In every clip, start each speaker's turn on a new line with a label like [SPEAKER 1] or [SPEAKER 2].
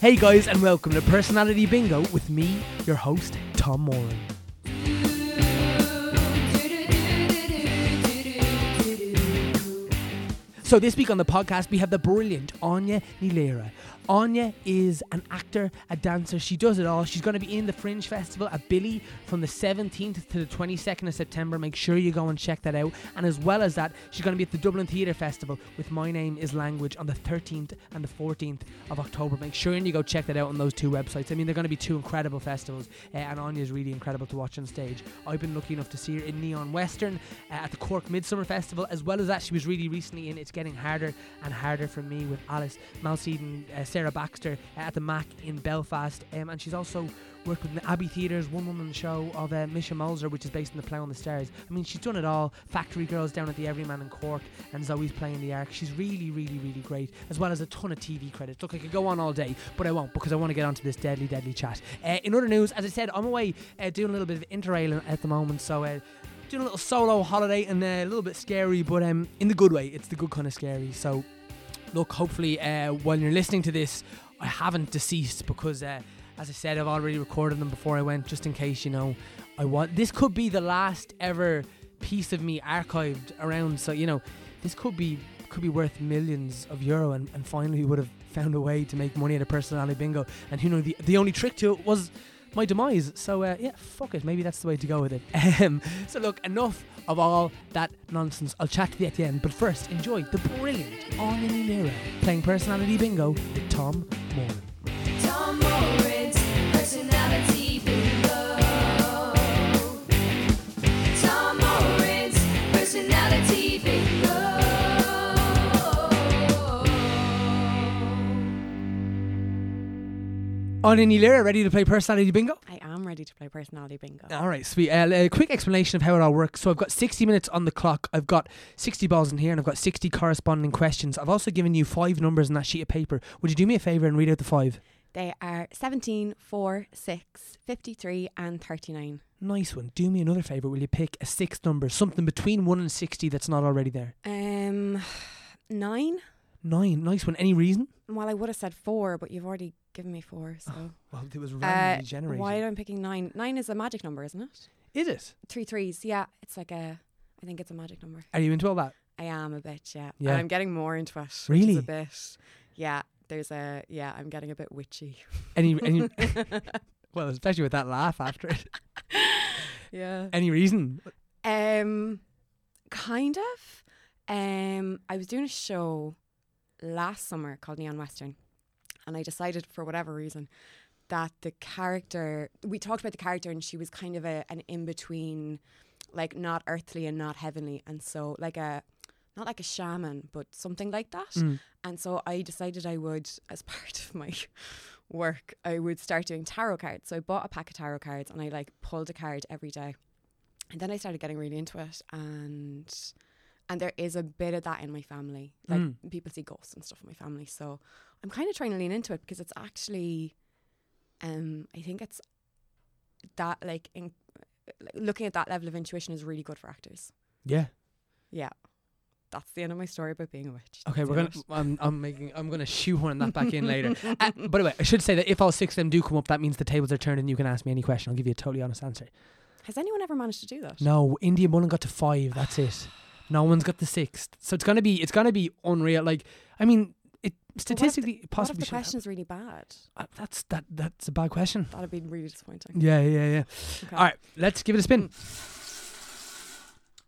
[SPEAKER 1] Hey guys, and welcome to Personality Bingo with me, your host, Tom Moran. So this week on the podcast, we have the brilliant Anya Nilera. Anya is an actor, a dancer. She does it all. She's going to be in the Fringe Festival at Billy from the 17th to the 22nd of September. Make sure you go and check that out. And as well as that, she's going to be at the Dublin Theatre Festival with My Name Is Language on the 13th and the 14th of October. Make sure and you go check that out on those two websites. I mean, they're going to be two incredible festivals, uh, and Anya's really incredible to watch on stage. I've been lucky enough to see her in Neon Western uh, at the Cork Midsummer Festival, as well as that, she was really recently in It's Getting Harder and Harder for Me with Alice Malseedon, uh, Sarah Baxter uh, at the Mac in Belfast, um, and she's also worked with the Abbey Theatre's one woman show of uh, Misha Mulzer, which is based on the play on the stairs. I mean, she's done it all. Factory Girls down at the Everyman in Cork, and Zoe's playing the Ark. She's really, really, really great, as well as a ton of TV credits. Look, I could go on all day, but I won't because I want to get onto this deadly, deadly chat. Uh, in other news, as I said, I'm away uh, doing a little bit of interrail at the moment, so. Uh, Doing a little solo holiday and uh, a little bit scary, but um, in the good way. It's the good kind of scary. So look, hopefully, uh, while you're listening to this, I haven't deceased because, uh, as I said, I've already recorded them before I went, just in case you know. I want this could be the last ever piece of me archived around, so you know, this could be could be worth millions of euro, and, and finally would have found a way to make money at a personality bingo. And who know the the only trick to it was my demise. So uh, yeah, fuck it. Maybe that's the way to go with it. Ahem. so look, enough of all that nonsense. I'll chat to you at the end. But first, enjoy the brilliant Anya Nera playing Personality Bingo with Tom Moran.
[SPEAKER 2] Tom Moran's personality bingo. Tom Moran's personality bingo.
[SPEAKER 1] Anya Nera, E ready to play Personality Bingo?
[SPEAKER 3] I am ready to play personality bingo.
[SPEAKER 1] All right, sweet. Uh, a quick explanation of how it all works. So I've got 60 minutes on the clock. I've got 60 balls in here, and I've got 60 corresponding questions. I've also given you five numbers on that sheet of paper. Would you do me a favor and read out the five?
[SPEAKER 3] They are 17, 4, 6, 53, and 39.
[SPEAKER 1] Nice one. Do me another favor. Will you pick a sixth number, something between one and 60 that's not already there?
[SPEAKER 3] Um, 9?
[SPEAKER 1] Nine. Nice one. Any reason?
[SPEAKER 3] Well, I would have said 4, but you've already given me 4, so.
[SPEAKER 1] Well, it was
[SPEAKER 3] Uh,
[SPEAKER 1] randomly generated.
[SPEAKER 3] why am I picking 9? 9 is a magic number, isn't it?
[SPEAKER 1] Is it?
[SPEAKER 3] Three threes, yeah. It's like a, I think it's a magic number.
[SPEAKER 1] Are you into all that?
[SPEAKER 3] I am a bit, yeah.
[SPEAKER 1] Yeah.
[SPEAKER 3] And I'm getting more into it. which is
[SPEAKER 1] Really?
[SPEAKER 3] a bit, yeah. There's a, yeah, I'm getting a bit witchy.
[SPEAKER 1] Any, any well, especially with that laugh after it.
[SPEAKER 3] yeah.
[SPEAKER 1] Any reason?
[SPEAKER 3] Um, kind of. Um, I was doing a show last summer called Neon Western, and I decided for whatever reason that the character we talked about the character, and she was kind of a, an in between, like not earthly and not heavenly, and so like a not like a shaman, but something like that.
[SPEAKER 1] Mm.
[SPEAKER 3] And so I decided I would, as part of my work, I would start doing tarot cards. So I bought a pack of tarot cards and I like pulled a card every day. And then I started getting really into it and and there is a bit of that in my family. Like
[SPEAKER 1] Mm.
[SPEAKER 3] people see ghosts and stuff in my family. So I'm kind of trying to lean into it because it's actually um I think it's that like in like, looking at that level of intuition is really good for actors.
[SPEAKER 1] Yeah.
[SPEAKER 3] Yeah. That's the end of my story about being a witch.
[SPEAKER 1] Okay,
[SPEAKER 3] That's
[SPEAKER 1] we're gonna.
[SPEAKER 3] the end of it.
[SPEAKER 1] I'm, I'm making. I'm gonna shoehorn that back in later. Uh, by the way, I should say that if all six of them do come up, that means the tables are turned and you can ask me any question. I'll give you a totally honest answer.
[SPEAKER 3] Has anyone ever managed to do that?
[SPEAKER 1] No, India Mullen got to five. That's it. No one's got the sixth. So it's gonna be. It's gonna be unreal. Like, I mean, it statistically it
[SPEAKER 3] What if
[SPEAKER 1] possibly.
[SPEAKER 3] the
[SPEAKER 1] should happen.
[SPEAKER 3] question's really bad?
[SPEAKER 1] Uh, that's that. That's a bad question.
[SPEAKER 3] That'd be really disappointing.
[SPEAKER 1] Yeah, yeah, yeah.
[SPEAKER 3] Okay. Mm.
[SPEAKER 1] All right, let's give it a spin.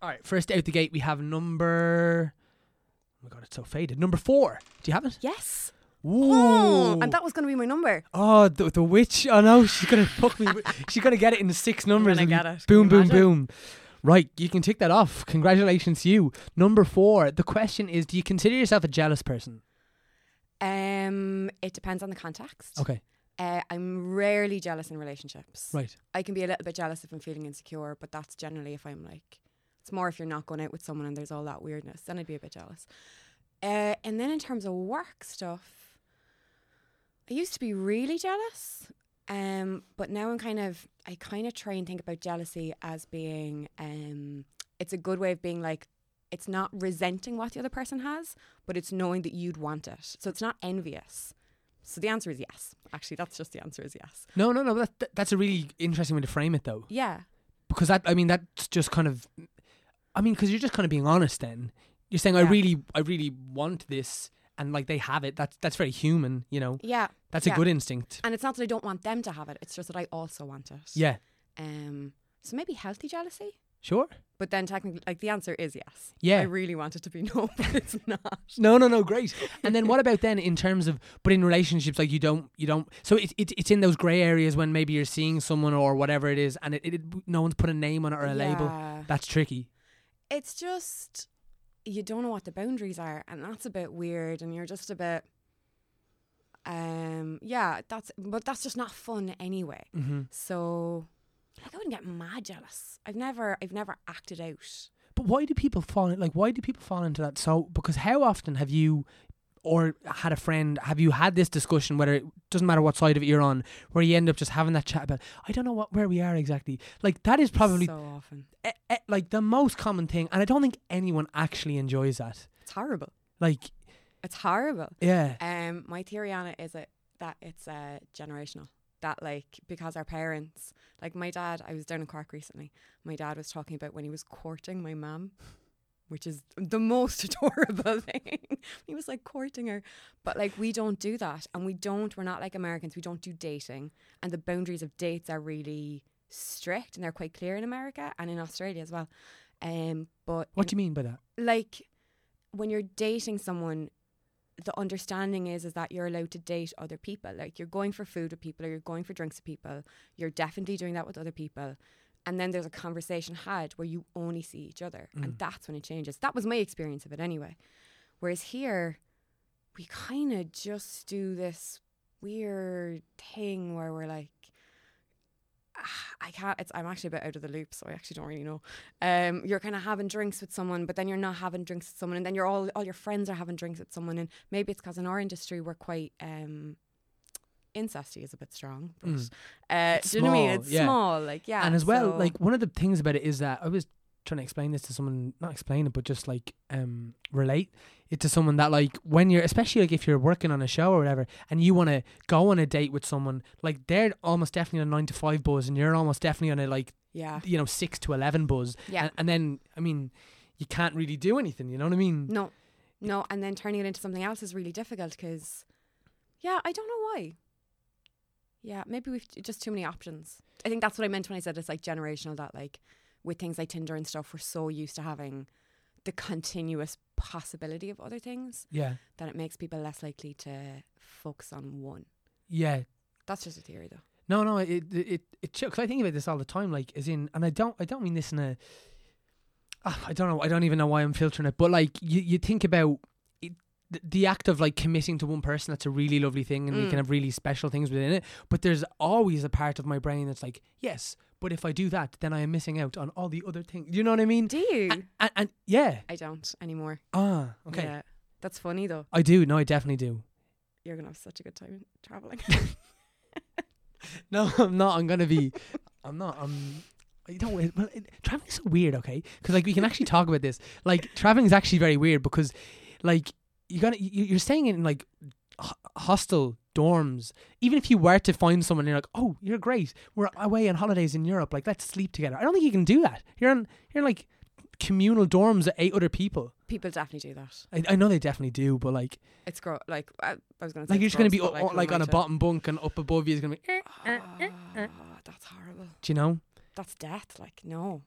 [SPEAKER 1] All right, first out the gate, we have number. Oh my god, it's so faded. Number four. Do you have it?
[SPEAKER 3] Yes.
[SPEAKER 1] Ooh.
[SPEAKER 3] Oh, and that was going to be my number.
[SPEAKER 1] Oh, the, the witch. Oh no, she's gonna fuck me. She's gonna get it in the six numbers.
[SPEAKER 3] gonna
[SPEAKER 1] It'll be
[SPEAKER 3] get it. Can
[SPEAKER 1] Boom,
[SPEAKER 3] you
[SPEAKER 1] boom,
[SPEAKER 3] imagine?
[SPEAKER 1] boom. Right, you can tick that off. Congratulations, to you. Number four. The question is: Do you consider yourself a jealous person?
[SPEAKER 3] Um, it depends on the context.
[SPEAKER 1] Okay,
[SPEAKER 3] Uh, I'm rarely jealous in relationships.
[SPEAKER 1] right.
[SPEAKER 3] I can be a little bit jealous if I'm feeling insecure, but that's generally if I'm like, it's more if you're not going out with someone and there's all that weirdness, then I'd be a bit jealous. Uh, and then in terms of work stuff, I used to be really jealous, um, but now I'm kind of, I kind of try and think about jealousy as being, um, it's a good way of being like, it's not resenting what the other person has, but it's knowing that you'd want it. So it's not envious. So the answer is yes. Actually, that's just the answer is yes.
[SPEAKER 1] No, no, no. That, that- that's a really interesting way to frame it, though,
[SPEAKER 3] Yeah.
[SPEAKER 1] because that I mean that's just kind of, I mean, because you're just kind of being honest. Then you're saying, I
[SPEAKER 3] Yeah.
[SPEAKER 1] really, I really want this, and like they have it. That's that's very human, you know.
[SPEAKER 3] Yeah.
[SPEAKER 1] That's a
[SPEAKER 3] Yeah.
[SPEAKER 1] good instinct.
[SPEAKER 3] And it's not that I don't want them to have it. It's just that I also want it.
[SPEAKER 1] Yeah,
[SPEAKER 3] Um. So maybe healthy jealousy.
[SPEAKER 1] sure.
[SPEAKER 3] But then technically, like the answer is yes.
[SPEAKER 1] Yeah.
[SPEAKER 3] I really want it to be no, but it's not.
[SPEAKER 1] No, no, no, great. And then what about then in terms of, but in relationships, like you don't, you don't. So it, it, it's in those grey areas when maybe you're seeing someone or whatever it is, and it, it no one's put a name on it or a label.
[SPEAKER 3] Yeah.
[SPEAKER 1] That's tricky.
[SPEAKER 3] It's just you don't know what the boundaries are, and that's a bit weird. And you're just a bit, um, yeah. That's but that's just not fun anyway.
[SPEAKER 1] Mm-hmm.
[SPEAKER 3] So, like, I wouldn't get mad jealous. I've never, I've never acted out.
[SPEAKER 1] But why do people fall? Like, why do people fall into that? So because how often have you, or had a friend, have you had this discussion? Whether it doesn't matter what side of it you're on, where you end up just having that chat about, I don't know what where we are exactly. Like that is probably
[SPEAKER 3] so often.
[SPEAKER 1] eh, eh, like the most common thing, and I don't think anyone actually enjoys that.
[SPEAKER 3] It's horrible.
[SPEAKER 1] Like,
[SPEAKER 3] It's horrible.
[SPEAKER 1] yeah.
[SPEAKER 3] Um, my theory on it is it, that it's uh, generational. That like because our parents, like my dad, I was down in Cork recently. My dad was talking about when he was courting my mum, which is the most adorable thing. he was like courting her, but like we don't do that, and we don't. We're not like Americans. We don't do dating, and the boundaries of dates are really strict, and they're quite clear in America and in Australia as well. Um, but
[SPEAKER 1] What do you mean by that?
[SPEAKER 3] like when you're dating someone the understanding is is that you're allowed to date other people like you're going for food with people or you're going for drinks with people you're definitely doing that with other people and then there's a conversation had where you only see each other
[SPEAKER 1] Mm.
[SPEAKER 3] and that's when it changes that was my experience of it anyway whereas here we kind of just do this weird thing where we're like "Ah, I can't. It's, I'm actually a bit out of the loop, so I actually don't really know. Um, you're kind of having drinks with someone, but then you're not having drinks with someone, and then you're all all your friends are having drinks with someone, and maybe it's because in our industry we're quite um, incesty is a bit strong, but
[SPEAKER 1] Mm.
[SPEAKER 3] uh,
[SPEAKER 1] It's
[SPEAKER 3] do you know what I mean?
[SPEAKER 1] small,
[SPEAKER 3] It's
[SPEAKER 1] yeah.
[SPEAKER 3] small, Oh, like yeah,
[SPEAKER 1] and as well,
[SPEAKER 3] so-
[SPEAKER 1] like one of the things about it is that I was trying to explain this to someone, not explain it, but just like um relate it to someone that like when you're especially like if you're working on a show or whatever and you want to go on a date with someone, like they're almost definitely on a nine to five buzz and you're almost definitely on a like
[SPEAKER 3] yeah,
[SPEAKER 1] you know six to eleven buzz.
[SPEAKER 3] Yeah.
[SPEAKER 1] And, and then I mean, you can't really do anything. You know what I mean?
[SPEAKER 3] No, no, and then turning it into something else is really difficult because, yeah, I don't know why. Yeah, maybe we've j- just too many options. I think that's what I meant when I said it's like generational. That like with things like Tinder and stuff, we're so used to having the continuous possibility of other things
[SPEAKER 1] Yeah.
[SPEAKER 3] that it makes people less likely to focus on one.
[SPEAKER 1] Yeah.
[SPEAKER 3] That's just a theory, though.
[SPEAKER 1] No, no, it it it, it because I think about this all the time, like as in, and I don't I don't mean this in a. Ah, I don't know. I don't even know why I'm filtering it, but like you, you think about it, th- the act of like committing to one person. That's a really lovely thing, and we
[SPEAKER 3] Mm.
[SPEAKER 1] can have really special things within it. But there's always a part of my brain that's like, yes, but if I do that, then I am missing out on all the other things. You know what I mean?
[SPEAKER 3] Do you?
[SPEAKER 1] And, and, and yeah,
[SPEAKER 3] I don't anymore.
[SPEAKER 1] ah, okay,
[SPEAKER 3] Yeah. That's funny though.
[SPEAKER 1] I do. No, I definitely do.
[SPEAKER 3] You're gonna have such a good time traveling.
[SPEAKER 1] No, I'm not. I'm gonna be. I'm not. I'm. You don't. Well, it, traveling's so weird. Okay, because like we can actually talk about this. Like traveling's actually very weird because, like, you gotta you, you're staying in like h- hostel dorms. Even if you were to find someone, and you're like, oh, you're great. We're away on holidays in Europe. Like, let's sleep together. I don't think you can do that. You're in you're in, like communal dorms with eight other people.
[SPEAKER 3] people definitely do that.
[SPEAKER 1] I, I know they definitely do, but like,
[SPEAKER 3] It's gross. Like I, I was gonna say,
[SPEAKER 1] like you're
[SPEAKER 3] it's
[SPEAKER 1] just gonna
[SPEAKER 3] gross,
[SPEAKER 1] be
[SPEAKER 3] but,
[SPEAKER 1] o- o- like on a
[SPEAKER 3] imagine.
[SPEAKER 1] bottom bunk, and up above you is gonna be.
[SPEAKER 3] Ah, that's horrible.
[SPEAKER 1] Do you know?
[SPEAKER 3] That's death. Like no.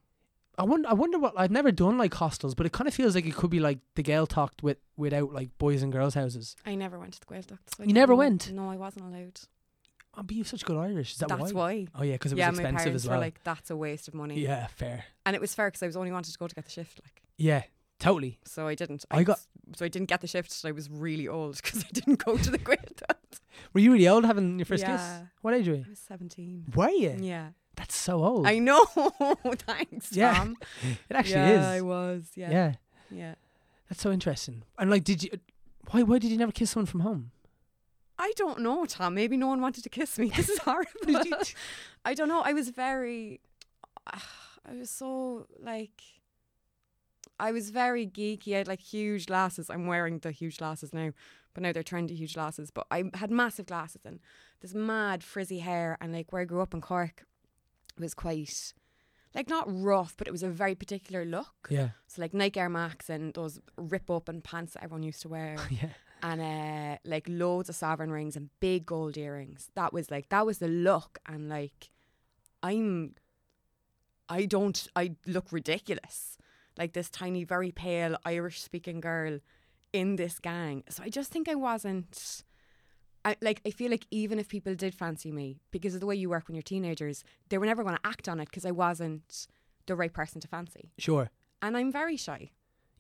[SPEAKER 1] I wonder. I wonder what I've never done like hostels, but it kind of feels like it could be like the Gael talked with without like boys and girls houses.
[SPEAKER 3] I never went to the Gaeltacht. So I
[SPEAKER 1] You
[SPEAKER 3] don't
[SPEAKER 1] never
[SPEAKER 3] know.
[SPEAKER 1] went?
[SPEAKER 3] No, I wasn't allowed.
[SPEAKER 1] Oh, but you have such good Irish. Is that
[SPEAKER 3] That's
[SPEAKER 1] why?
[SPEAKER 3] why.
[SPEAKER 1] Oh yeah, because it was
[SPEAKER 3] yeah, my
[SPEAKER 1] expensive
[SPEAKER 3] parents
[SPEAKER 1] as well.
[SPEAKER 3] were like, "That's a waste of money."
[SPEAKER 1] yeah, fair.
[SPEAKER 3] And it was fair because I was only wanted to go to get the shift. Like,
[SPEAKER 1] Yeah, totally.
[SPEAKER 3] so I didn't.
[SPEAKER 1] I got-
[SPEAKER 3] s- so I didn't get the shift. So I was really old because I didn't go to the Gaeltacht.
[SPEAKER 1] Were you really old having your first
[SPEAKER 3] Yeah.
[SPEAKER 1] kiss? What age were you?
[SPEAKER 3] I was seventeen.
[SPEAKER 1] Were you?
[SPEAKER 3] Yeah,
[SPEAKER 1] That's so old.
[SPEAKER 3] I know. Thanks,
[SPEAKER 1] Yeah,
[SPEAKER 3] Tom.
[SPEAKER 1] it actually
[SPEAKER 3] yeah, I
[SPEAKER 1] is.
[SPEAKER 3] was. Yeah,
[SPEAKER 1] yeah.
[SPEAKER 3] yeah. yeah.
[SPEAKER 1] that's so interesting. And like, did you? Why? Why did you never kiss someone from home?
[SPEAKER 3] I don't know, Tom. Maybe no one wanted to kiss me. This is horrible.
[SPEAKER 1] Did you-
[SPEAKER 3] I don't know. I was very, I was so like, I was very geeky. I had like huge glasses. I'm wearing the huge glasses now, but now they're trendy huge glasses. But I had massive glasses and this mad frizzy hair, and like where I grew up in Cork, it was quite like not rough, but it was a very particular look.
[SPEAKER 1] Yeah.
[SPEAKER 3] So like Nike Air Max and those rip up and pants that everyone used to wear,
[SPEAKER 1] Yeah.
[SPEAKER 3] and uh, like loads of sovereign rings and big gold earrings. That was like that was the look, and like I'm, I don't, I look ridiculous. Like this tiny, very pale Irish speaking girl in this gang. So I just think I wasn't. I, like I feel like even if people did fancy me because of the way you work when you're teenagers, they were never going to act on it because I wasn't the right person to fancy
[SPEAKER 1] Sure.
[SPEAKER 3] and I'm very shy.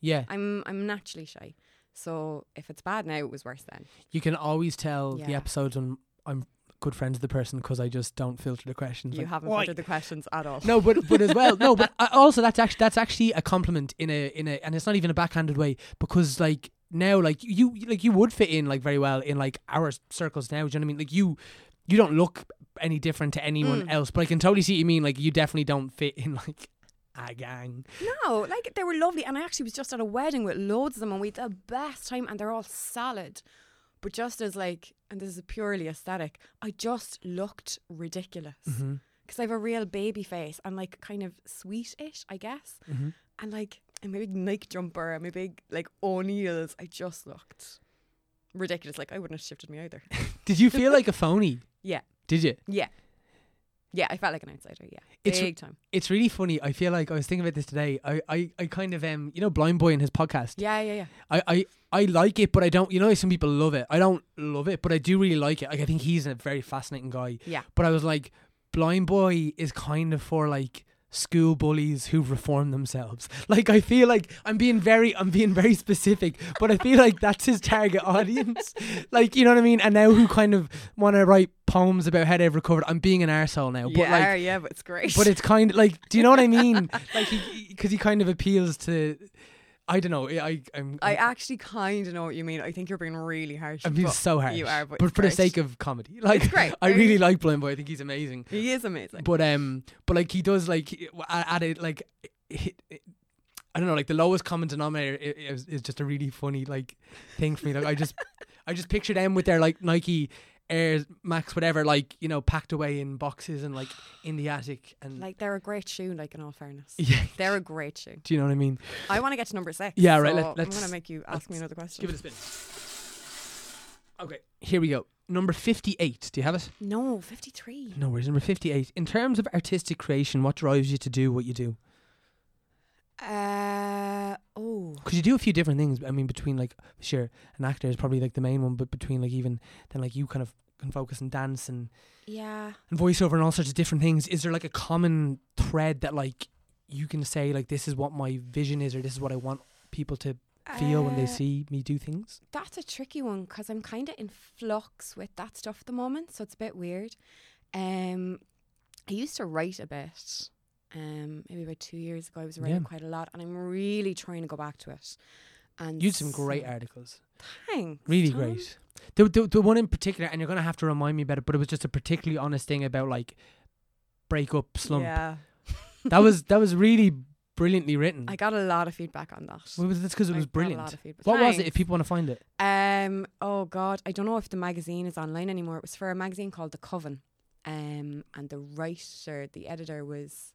[SPEAKER 1] Yeah.
[SPEAKER 3] I'm I'm naturally shy. So if it's bad now, it was worse then.
[SPEAKER 1] You can always tell the
[SPEAKER 3] Yeah.
[SPEAKER 1] episodes when I'm good friends with the person because I just don't filter the questions.
[SPEAKER 3] you
[SPEAKER 1] like,
[SPEAKER 3] haven't
[SPEAKER 1] "Oi."
[SPEAKER 3] answered the questions at all.
[SPEAKER 1] No, but but as well, no, but I- also that's actually that's actually a compliment in a in a, and it's not even a backhanded way because like now like you like you would fit in like very well in like our circles now. Do you know what I mean? Like you you don't look any different to anyone
[SPEAKER 3] Mm.
[SPEAKER 1] else, but I can totally see what you mean. Like you definitely don't fit in like a gang.
[SPEAKER 3] No, like they were lovely, and I actually was just at a wedding with loads of them, and we had the best time, and they're all solid. But just as like, and this is purely aesthetic, I just looked ridiculous because I have a real baby face and like kind of sweetish, I guess,
[SPEAKER 1] Mhm.
[SPEAKER 3] and like and my big Nike jumper and my big like O'Neills. I just looked ridiculous. Like I wouldn't have shifted me either.
[SPEAKER 1] Did you feel like a phony?
[SPEAKER 3] Yeah.
[SPEAKER 1] Did you?
[SPEAKER 3] Yeah. Yeah, I felt like an outsider. Yeah.
[SPEAKER 1] It's-
[SPEAKER 3] Big time.
[SPEAKER 1] It's really funny. I feel like I was thinking about this today. I I, I kind of um you know Blind Boy and his podcast.
[SPEAKER 3] Yeah, yeah, yeah.
[SPEAKER 1] I, I I like it, but I don't. You know, some people love it. I don't love it, but I do really like it. Like I think he's a very fascinating guy.
[SPEAKER 3] Yeah.
[SPEAKER 1] But I was like, Blind Boy is kind of for like school bullies who've reformed themselves. Like I feel like I'm being very I'm being very specific, but I feel like that's his target audience. Like you know what I mean? And now who kind of want to write poems about how they've recovered? I'm being an arsehole now, but like.
[SPEAKER 3] yeah, but it's great.
[SPEAKER 1] But it's kind of like, do you know what I mean? Like, because he, kind of appeals to, I don't know. I I'm,
[SPEAKER 3] I actually kind of know what you mean. I think you're being really harsh.
[SPEAKER 1] I'm being
[SPEAKER 3] but
[SPEAKER 1] so harsh.
[SPEAKER 3] You are, but,
[SPEAKER 1] for the
[SPEAKER 3] it's
[SPEAKER 1] sake
[SPEAKER 3] great.
[SPEAKER 1] of comedy, like
[SPEAKER 3] great.
[SPEAKER 1] I
[SPEAKER 3] Very-
[SPEAKER 1] really like Blind Boy. I think he's amazing.
[SPEAKER 3] he is amazing.
[SPEAKER 1] But um, but like he does like he- w- at at it like. It, it, I don't know, like the lowest common denominator i- i- is, is just a really funny like thing for me. Like I just, I just picture them with their like Nike Airs Max whatever, like you know, packed away in boxes and like in the attic and
[SPEAKER 3] like they're a great shoe. Like in all fairness,
[SPEAKER 1] yeah.
[SPEAKER 3] they're a great shoe.
[SPEAKER 1] Do you know what I mean?
[SPEAKER 3] I want to get to number six.
[SPEAKER 1] Yeah, right, let-
[SPEAKER 3] so I'm
[SPEAKER 1] let's-
[SPEAKER 3] gonna make you ask me
[SPEAKER 1] let's
[SPEAKER 3] another
[SPEAKER 1] Give
[SPEAKER 3] question.
[SPEAKER 1] it a spin. Okay, here we go. Number fifty-eight. Do you have it?
[SPEAKER 3] No, fifty-three.
[SPEAKER 1] No worries. Number 58. In terms of artistic creation, what drives you to do what you do?
[SPEAKER 3] Uh oh.
[SPEAKER 1] Because you do a few different things. I mean, between like, sure, an actor is probably like the main one, but between like even then, like you kind of can focus on dance and,
[SPEAKER 3] Yeah.
[SPEAKER 1] and voiceover and all sorts of different things. Is there like a common thread that like you can say, like, this is what my vision is or this is what I want people to feel when they
[SPEAKER 3] Uh,
[SPEAKER 1] see me do things?
[SPEAKER 3] That's a tricky one because I'm kind of in flux with that stuff at the moment, so it's a bit weird. Um, I used to write a bit, um, maybe about two years ago. I was writing
[SPEAKER 1] Yeah.
[SPEAKER 3] quite a lot, and I'm really trying to go back to it. And
[SPEAKER 1] You had some great
[SPEAKER 3] so-
[SPEAKER 1] articles.
[SPEAKER 3] thanks,
[SPEAKER 1] Really
[SPEAKER 3] Tom.
[SPEAKER 1] great. The, the, the one in particular, and you're going to have to remind me about it, but it was just a particularly honest thing about like breakup slump.
[SPEAKER 3] Yeah,
[SPEAKER 1] that was that was really brilliantly written.
[SPEAKER 3] I got a lot of feedback on that.
[SPEAKER 1] well, that's because it
[SPEAKER 3] I
[SPEAKER 1] was
[SPEAKER 3] got A lot
[SPEAKER 1] brilliant.
[SPEAKER 3] of feedback.
[SPEAKER 1] What was it? If
[SPEAKER 3] Thanks.
[SPEAKER 1] people want to find it,
[SPEAKER 3] Um. Oh God, I don't know if the magazine is online anymore. It was for a magazine called The Coven, um, and the writer, the editor was,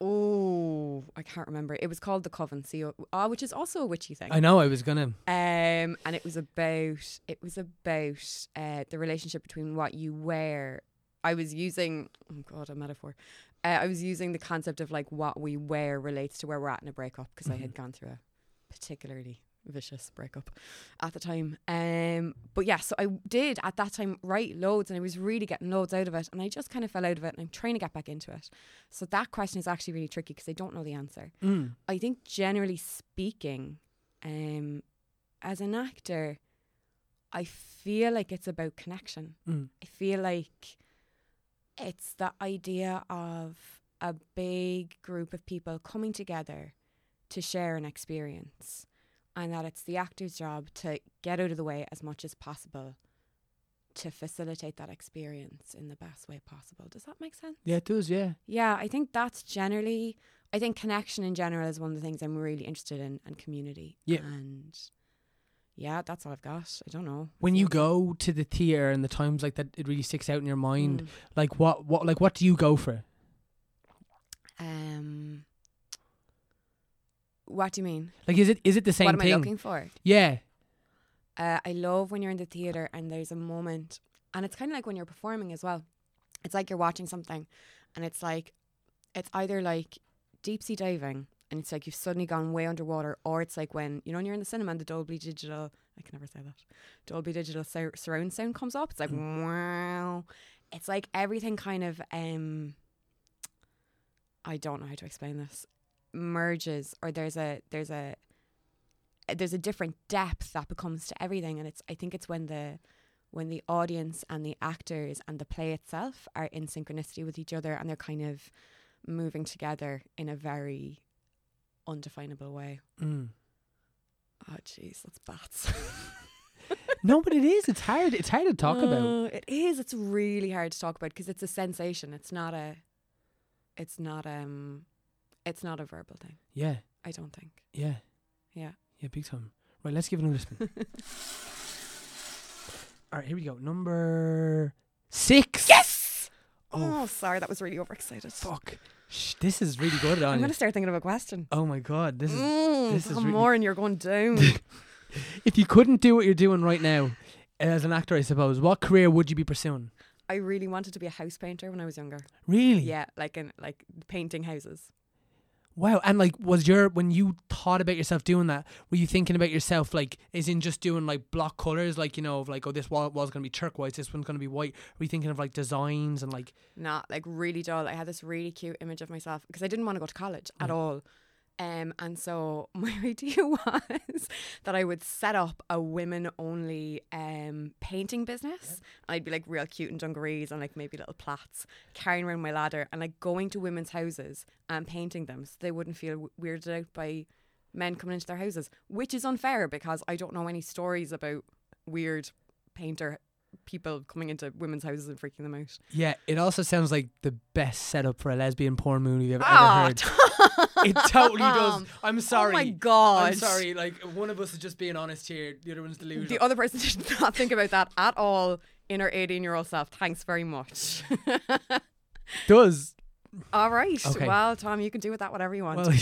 [SPEAKER 3] oh, I can't remember. It was called The Coven, C O, ah, which is also a witchy thing.
[SPEAKER 1] I know I was gonna.
[SPEAKER 3] Um, and it was about it was about uh, the relationship between what you wear. I was using oh god a metaphor. Uh, I was using the concept of like what we wear relates to where we're at in a breakup because I had gone through a particularly vicious breakup at the time. Um, but yeah, so I did at that time write loads, and I was really getting loads out of it, and I just kind of fell out of it, and I'm trying to get back into it. So that question is actually really tricky because I don't know the answer.
[SPEAKER 1] Mm.
[SPEAKER 3] I think generally speaking, um, as an actor, I feel like it's about connection.
[SPEAKER 1] Mm.
[SPEAKER 3] I feel like it's the idea of a big group of people coming together to share an experience, and that it's the actor's job to get out of the way as much as possible to facilitate that experience in the best way possible. Does that make sense?
[SPEAKER 1] Yeah, it does. Yeah,
[SPEAKER 3] Yeah, I think that's generally. I think connection in general is one of the things I'm really interested in, and community.
[SPEAKER 1] Yeah.
[SPEAKER 3] And yeah, that's all I've got. I don't know.
[SPEAKER 1] When you go to the theater and the times like that, it really sticks out in your mind.
[SPEAKER 3] Mm.
[SPEAKER 1] Like what, what, like what do you go for?
[SPEAKER 3] Um, what do you mean?
[SPEAKER 1] Like, is it is it the same
[SPEAKER 3] what am
[SPEAKER 1] thing?
[SPEAKER 3] I looking for?
[SPEAKER 1] Yeah,
[SPEAKER 3] Uh, I love when you're in the theater and there's a moment, and it's kind of like when you're performing as well. It's like you're watching something, and it's like it's either like deep sea diving, and it's like you've suddenly gone way underwater, or it's like when you know when you're in the cinema and the Dolby Digital, I can never say that, Dolby Digital sur- surround sound comes up. It's like wow, it's like everything kind of um, I don't know how to explain this, merges, or there's a there's a there's a different depth that becomes to everything and it's i think it's when the when the audience and the actors and the play itself are in synchronicity with each other and they're kind of moving together in a very undefinable way
[SPEAKER 1] mm.
[SPEAKER 3] oh jeez that's bats
[SPEAKER 1] no, but it is. It's hard. It's hard to talk
[SPEAKER 3] Mm.
[SPEAKER 1] about.
[SPEAKER 3] No, Oh, it is it's really hard to talk about because it's a sensation it's not a it's not um it's not a verbal thing
[SPEAKER 1] Yeah,
[SPEAKER 3] i don't think
[SPEAKER 1] yeah,
[SPEAKER 3] Yeah.
[SPEAKER 1] yeah. Big time. Right, let's give it another spin. All right, here we go. Number six.
[SPEAKER 3] yes
[SPEAKER 1] Oh,
[SPEAKER 3] oh sorry that was really overexcited
[SPEAKER 1] fuck. Shh, this is really good,
[SPEAKER 3] i'm
[SPEAKER 1] Anya.
[SPEAKER 3] gonna start thinking of a question
[SPEAKER 1] Oh my god, this is.
[SPEAKER 3] Mm,
[SPEAKER 1] this is
[SPEAKER 3] one
[SPEAKER 1] really-
[SPEAKER 3] more and you're going down.
[SPEAKER 1] If you couldn't do what you're doing right now, as an actor, I suppose, what career would you be pursuing?
[SPEAKER 3] I really wanted to be a house painter when I was younger.
[SPEAKER 1] Really?
[SPEAKER 3] Yeah, like in like painting houses.
[SPEAKER 1] Wow. And like, was your when you thought about yourself doing that, were you thinking about yourself like, is in just doing like block colors, like you know, of like, oh, this wall wall's gonna be turquoise, this one's gonna be white. Were you thinking of like designs and like,
[SPEAKER 3] Not like really dull. I had this really cute image of myself because I didn't want to go to college at all. Um, and so my idea was that I would set up a women only um, painting business. And I'd be like real cute in dungarees and like maybe little plaits, carrying around my ladder and like going to women's houses and painting them so they wouldn't feel w- weirded out by men coming into their houses, which is unfair because I don't know any stories about weird painter people coming into women's houses and freaking them out.
[SPEAKER 1] yeah? It also sounds like the best setup for a lesbian porn movie I've ever
[SPEAKER 3] Ah,
[SPEAKER 1] heard. It totally does.
[SPEAKER 3] Tom.
[SPEAKER 1] I'm sorry.
[SPEAKER 3] Oh my god.
[SPEAKER 1] I'm sorry. Like one of us is just being honest here. The other one's delusional.
[SPEAKER 3] The other person did not think about that at all in her 18 year old self. Thanks very much.
[SPEAKER 1] does.
[SPEAKER 3] all right.
[SPEAKER 1] Okay.
[SPEAKER 3] Well, Tom, you can do with that whatever you want.
[SPEAKER 1] Well,
[SPEAKER 3] uh,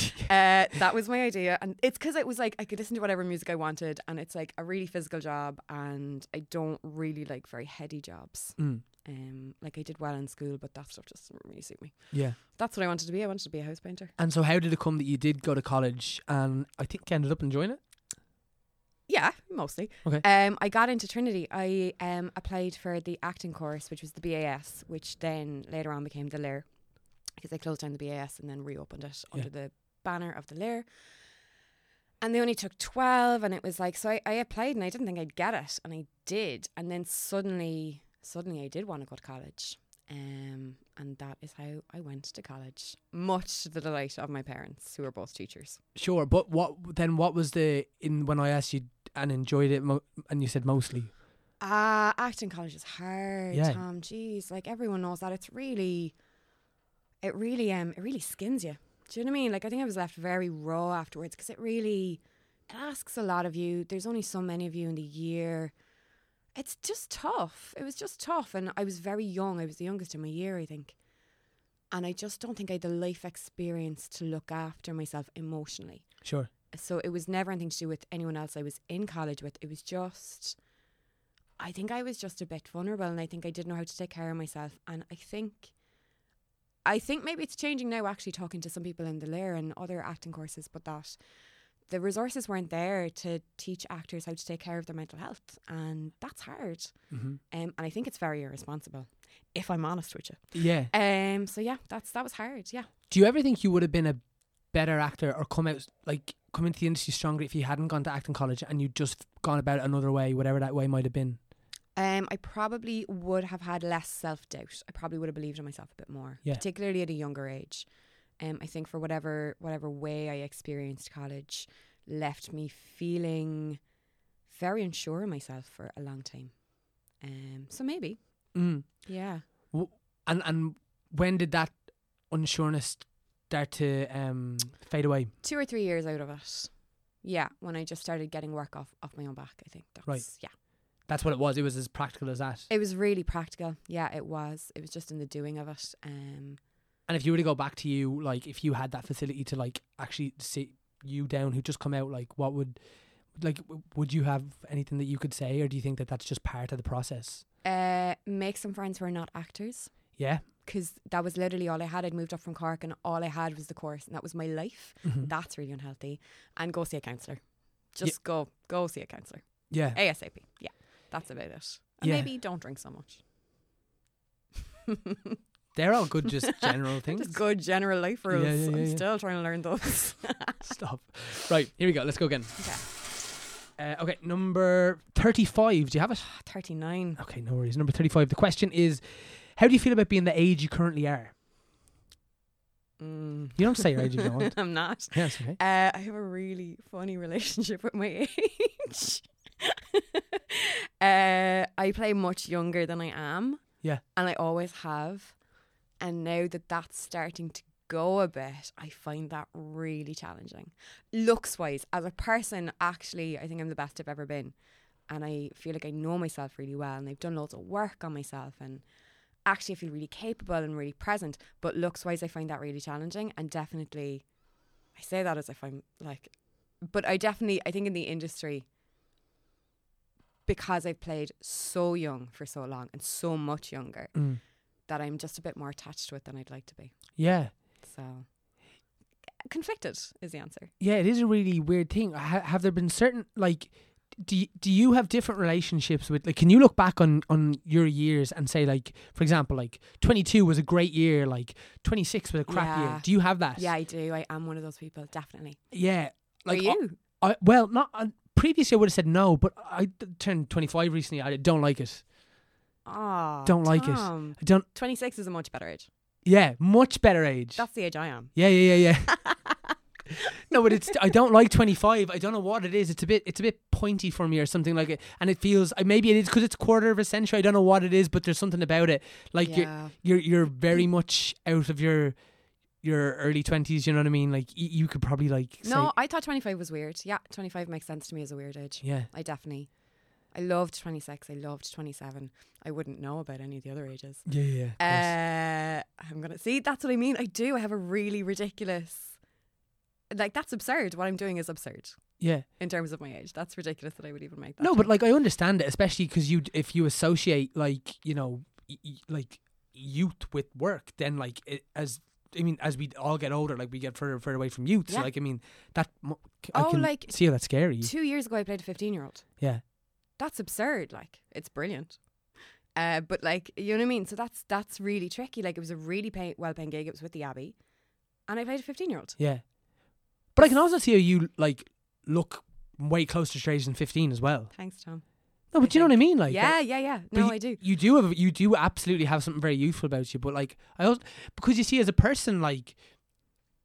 [SPEAKER 3] that was my idea. And it's because it was like I could listen to whatever music I wanted. And it's like a really physical job. And I don't really like very heady jobs.
[SPEAKER 1] Mm.
[SPEAKER 3] Um, like I did well in school, but that stuff just doesn't really suit me.
[SPEAKER 1] yeah.
[SPEAKER 3] That's what I wanted to be. I wanted to be a house painter.
[SPEAKER 1] And so, how did it come that you did go to college? And I think you ended up enjoying it.
[SPEAKER 3] Yeah, mostly.
[SPEAKER 1] Okay.
[SPEAKER 3] Um, I got into Trinity. I um applied for the acting course, which was the BAS, which then later on became the Lair, because they closed down the BAS and then reopened it
[SPEAKER 1] Yeah.
[SPEAKER 3] under the banner of the Lair. And they only took twelve, and it was like so. I, I applied, and I didn't think I'd get it, and I did. And then suddenly, suddenly, I did want to go to college. Um, and that is how I went to college, much to the delight of my parents, who were both teachers.
[SPEAKER 1] Sure, but what then? What was the in when I asked you and enjoyed it, mo- and you said mostly.
[SPEAKER 3] Ah, acting college is hard,
[SPEAKER 1] Yeah.
[SPEAKER 3] Tom. Jeez, like everyone knows that. It's really, it really, um, it really skins you. Do you know what I mean? Like I think I was left very raw afterwards because it really, it asks a lot of you. There's only so many of you in the year. It's just tough. It was just tough, and I was very young. I was the youngest in my year, I think. And I just don't think I had the life experience to look after myself emotionally
[SPEAKER 1] Sure.
[SPEAKER 3] so it was never anything to do with anyone else I was in college with. It was just, I think I was just a bit vulnerable, and I think I didn't know how to take care of myself. And I think, I think maybe it's changing now. Actually, talking to some people in the Lair and other acting courses, but that the resources weren't there to teach actors how to take care of their mental health, and that's hard.
[SPEAKER 1] Mm-hmm.
[SPEAKER 3] Um, and I think it's very irresponsible, if I'm honest with you.
[SPEAKER 1] Yeah.
[SPEAKER 3] Um, so yeah, that's that was hard. Yeah.
[SPEAKER 1] Do you ever think you would have been a better actor or come out like come into the industry stronger if you hadn't gone to acting college and you just gone about it another way, whatever that way might have been?
[SPEAKER 3] Um, I probably would have had less self doubt. I probably would have believed in myself a bit more,
[SPEAKER 1] Yeah.
[SPEAKER 3] particularly at a younger age. Um, I think for whatever whatever way I experienced college, left me feeling very unsure of myself for a long time. Um, so maybe,
[SPEAKER 1] Mm.
[SPEAKER 3] yeah.
[SPEAKER 1] And and when did that unsureness start to um, fade away?
[SPEAKER 3] two or three years out of it. Yeah, when I just started getting work off off my own back, I think that's
[SPEAKER 1] Right.
[SPEAKER 3] yeah.
[SPEAKER 1] That's what it was. It was as practical as that.
[SPEAKER 3] It was really practical. Yeah, it was. It was just in the doing of it. Um,
[SPEAKER 1] And if you were to go back to you, like if you had that facility to like actually sit you down, who just come out, like what would, like w- would you have anything that you could say, or do you think that that's just part of the process?
[SPEAKER 3] uh, make some friends who are not actors
[SPEAKER 1] Yeah.
[SPEAKER 3] because that was literally all I had. I'd moved up from Cork and all I had was the course, and that was my life.
[SPEAKER 1] Mhm.
[SPEAKER 3] That's really unhealthy. And go see a counsellor. Just go go see a counsellor
[SPEAKER 1] Yeah.
[SPEAKER 3] asap. Yeah, that's about it. And
[SPEAKER 1] Yeah.
[SPEAKER 3] maybe don't drink so much.
[SPEAKER 1] They're all good, just general things.
[SPEAKER 3] Just good general life
[SPEAKER 1] Yeah,
[SPEAKER 3] rules.
[SPEAKER 1] yeah, yeah,
[SPEAKER 3] I'm
[SPEAKER 1] yeah.
[SPEAKER 3] still trying to learn those.
[SPEAKER 1] Stop. Right. Here we go. Let's go again.
[SPEAKER 3] okay.
[SPEAKER 1] Uh, okay. Number 35. Do you have it?
[SPEAKER 3] Thirty nine.
[SPEAKER 1] Okay. No worries. Number 35. The question is how do you feel about being the age you currently are?
[SPEAKER 3] Mm.
[SPEAKER 1] You don't say your age if you don't want.
[SPEAKER 3] I'm not.
[SPEAKER 1] Yeah, it's okay.
[SPEAKER 3] Uh, I have a really funny relationship with my age. uh, I play much younger than I am.
[SPEAKER 1] Yeah.
[SPEAKER 3] And I always have. And now that that's starting to go a bit, I find that really challenging. Looks wise, as a person, actually, I think I'm the best I've ever been. And I feel like I know myself really well. And I've done loads of work on myself. And actually, I feel really capable and really present. But looks wise, I find that really challenging. And definitely. I say that as if I'm like, but I definitely, I think in the industry, because I've played so young for so long and so much younger,
[SPEAKER 1] Mm.
[SPEAKER 3] that I'm just a bit more attached to it than I'd like to be.
[SPEAKER 1] Yeah.
[SPEAKER 3] So, conflicted is the answer.
[SPEAKER 1] Yeah, it is a really weird thing. Ha- have there been certain like do you, do you have different relationships with like can you look back on on your years and say like for example like 22 was a great year like 26 was a crap year
[SPEAKER 3] Yeah.
[SPEAKER 1] do you have that
[SPEAKER 3] Yeah, I do. I am one of those people, definitely.
[SPEAKER 1] yeah like
[SPEAKER 3] Are
[SPEAKER 1] I-
[SPEAKER 3] you?
[SPEAKER 1] I, well not uh, previously I would have said no but I d- turned 25 recently I don't like it
[SPEAKER 3] Ah,
[SPEAKER 1] oh, don't like it. I don't
[SPEAKER 3] 26 is a much better age.
[SPEAKER 1] yeah much better age
[SPEAKER 3] That's the age I am.
[SPEAKER 1] yeah yeah yeah yeah no but it's I don't like 25 I don't know what it is it's a bit it's a bit pointy for me or something like it and it feels I- maybe it is because it's quarter of a century I don't know what it is but there's something about it like you're
[SPEAKER 3] yeah.
[SPEAKER 1] you're you're very much out of your your early 20s you know what I mean like y- you could probably like
[SPEAKER 3] No, I thought 25 was weird. Yeah, 25 makes sense to me as a weird age.
[SPEAKER 1] say, yeah
[SPEAKER 3] I definitely. I loved 26. I loved 27. I wouldn't know about any of the other ages.
[SPEAKER 1] yeah yeah, yeah of course.
[SPEAKER 3] Uh, I'm going to see. That's what I mean. I do. I have a really ridiculous. Like, that's absurd. What I'm doing is absurd
[SPEAKER 1] yeah
[SPEAKER 3] in terms of my age. That's ridiculous that I would even make that.
[SPEAKER 1] No, but
[SPEAKER 3] joke.
[SPEAKER 1] like I understand it, especially because you if you associate like you know y- y- like youth with work, then like it, as I mean as we all get older, like we get further and further away from youth. So
[SPEAKER 3] Yeah.
[SPEAKER 1] like I mean that mo- c- I
[SPEAKER 3] Oh,
[SPEAKER 1] can
[SPEAKER 3] like-
[SPEAKER 1] see how that's scary.
[SPEAKER 3] two years ago, I played a 15 year old.
[SPEAKER 1] yeah,
[SPEAKER 3] That's absurd. Like, it's brilliant. Uh, but like, you know what I mean? So that's that's really tricky. Like, it was a really pay- well paying gig. It was with the Abbey. And I played a 15 year old.
[SPEAKER 1] yeah. But I can also see how you like look way closer to age than fifteen as well.
[SPEAKER 3] Thanks, Tom.
[SPEAKER 1] No, but you know what I mean, like
[SPEAKER 3] yeah, yeah, yeah.
[SPEAKER 1] But
[SPEAKER 3] No,
[SPEAKER 1] you,
[SPEAKER 3] I do.
[SPEAKER 1] You do have you do absolutely have something very youthful about you, but like I also because you see as a person like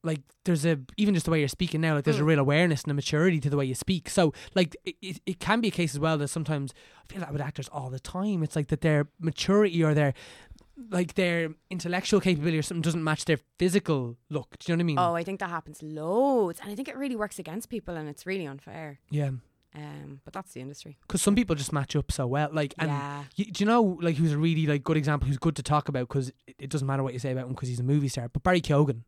[SPEAKER 1] like there's a even just the way you're speaking now like there's a
[SPEAKER 3] Mm.
[SPEAKER 1] real awareness and a maturity to the way you speak. So like it, it, it can be a case as well that sometimes I feel that with actors all the time. It's like that their maturity or their like their intellectual capability or something doesn't match their physical look. Do you know what I mean?
[SPEAKER 3] Oh, I think that happens loads, and I think it really works against people, and it's really unfair.
[SPEAKER 1] Yeah,
[SPEAKER 3] Um, but that's the industry.
[SPEAKER 1] because some people just match up so well. Like and
[SPEAKER 3] yeah,
[SPEAKER 1] Y do you know like who's a really like good example who's good to talk about because it, it doesn't matter what you say about him because he's a movie star but Barry Keoghan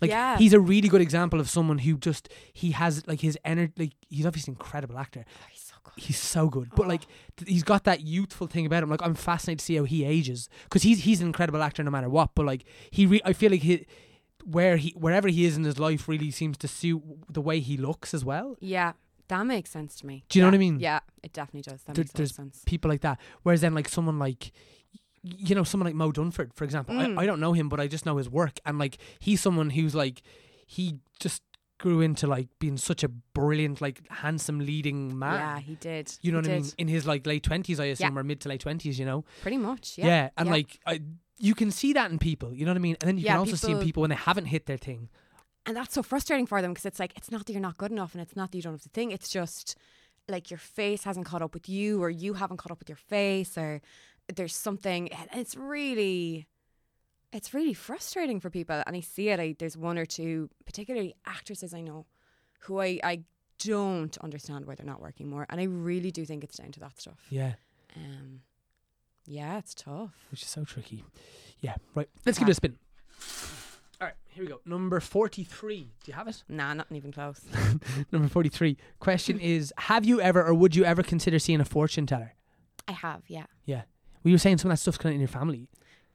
[SPEAKER 1] like
[SPEAKER 3] Yeah.
[SPEAKER 1] he's a really good example of someone who just he has like his energy like he's obviously an incredible actor
[SPEAKER 3] Oh, he's so good.
[SPEAKER 1] he's so good but like th- he's got that youthful thing about him like I'm fascinated to see how he ages because he's he's an incredible actor no matter what but like he re- I feel like he where he wherever he is in his life really seems to suit the way he looks as well
[SPEAKER 3] Yeah, that makes sense to me.
[SPEAKER 1] Do you know what I
[SPEAKER 3] Yeah,
[SPEAKER 1] mean?
[SPEAKER 3] Yeah, it definitely does. That
[SPEAKER 1] There-
[SPEAKER 3] makes a lot
[SPEAKER 1] there's
[SPEAKER 3] of sense.
[SPEAKER 1] people like that. Whereas then like someone like y- you know someone like Mo Dunford, for example.
[SPEAKER 3] Mm.
[SPEAKER 1] I, I don't know him, but I just know his work, and like he's someone who's like he just grew into like being such a brilliant, like handsome leading man.
[SPEAKER 3] Yeah, he did.
[SPEAKER 1] You know
[SPEAKER 3] He
[SPEAKER 1] what I mean?
[SPEAKER 3] did.
[SPEAKER 1] In his like late twenties, I assume, or mid to late twenties. You know?
[SPEAKER 3] Pretty much. Yeah.
[SPEAKER 1] and like I, you can see that in people. You know what I mean? And then you
[SPEAKER 3] Yeah,
[SPEAKER 1] can also see in
[SPEAKER 3] people-
[SPEAKER 1] people when they haven't hit their thing.
[SPEAKER 3] and that's so frustrating for them because it's like it's not that you're not good enough, and it's not that you don't have the thing. It's just like your face hasn't caught up with you, or you haven't caught up with your face, or there's something. And it's really. it's really frustrating for people and I see it I, there's one or two particularly actresses I know who I, I don't understand why they're not working more. And I really do think it's down to that stuff.
[SPEAKER 1] Yeah,
[SPEAKER 3] Um, yeah, it's tough.
[SPEAKER 1] which is so tricky. Yeah, right. Let's give it a spin. All right, here we go. Number 43. Do you have it?
[SPEAKER 3] Nah, not even close.
[SPEAKER 1] Number 43. Question is Have you ever or would you ever consider seeing a fortune teller?
[SPEAKER 3] I have, yeah.
[SPEAKER 1] We were saying some of that stuff's kind of in your family.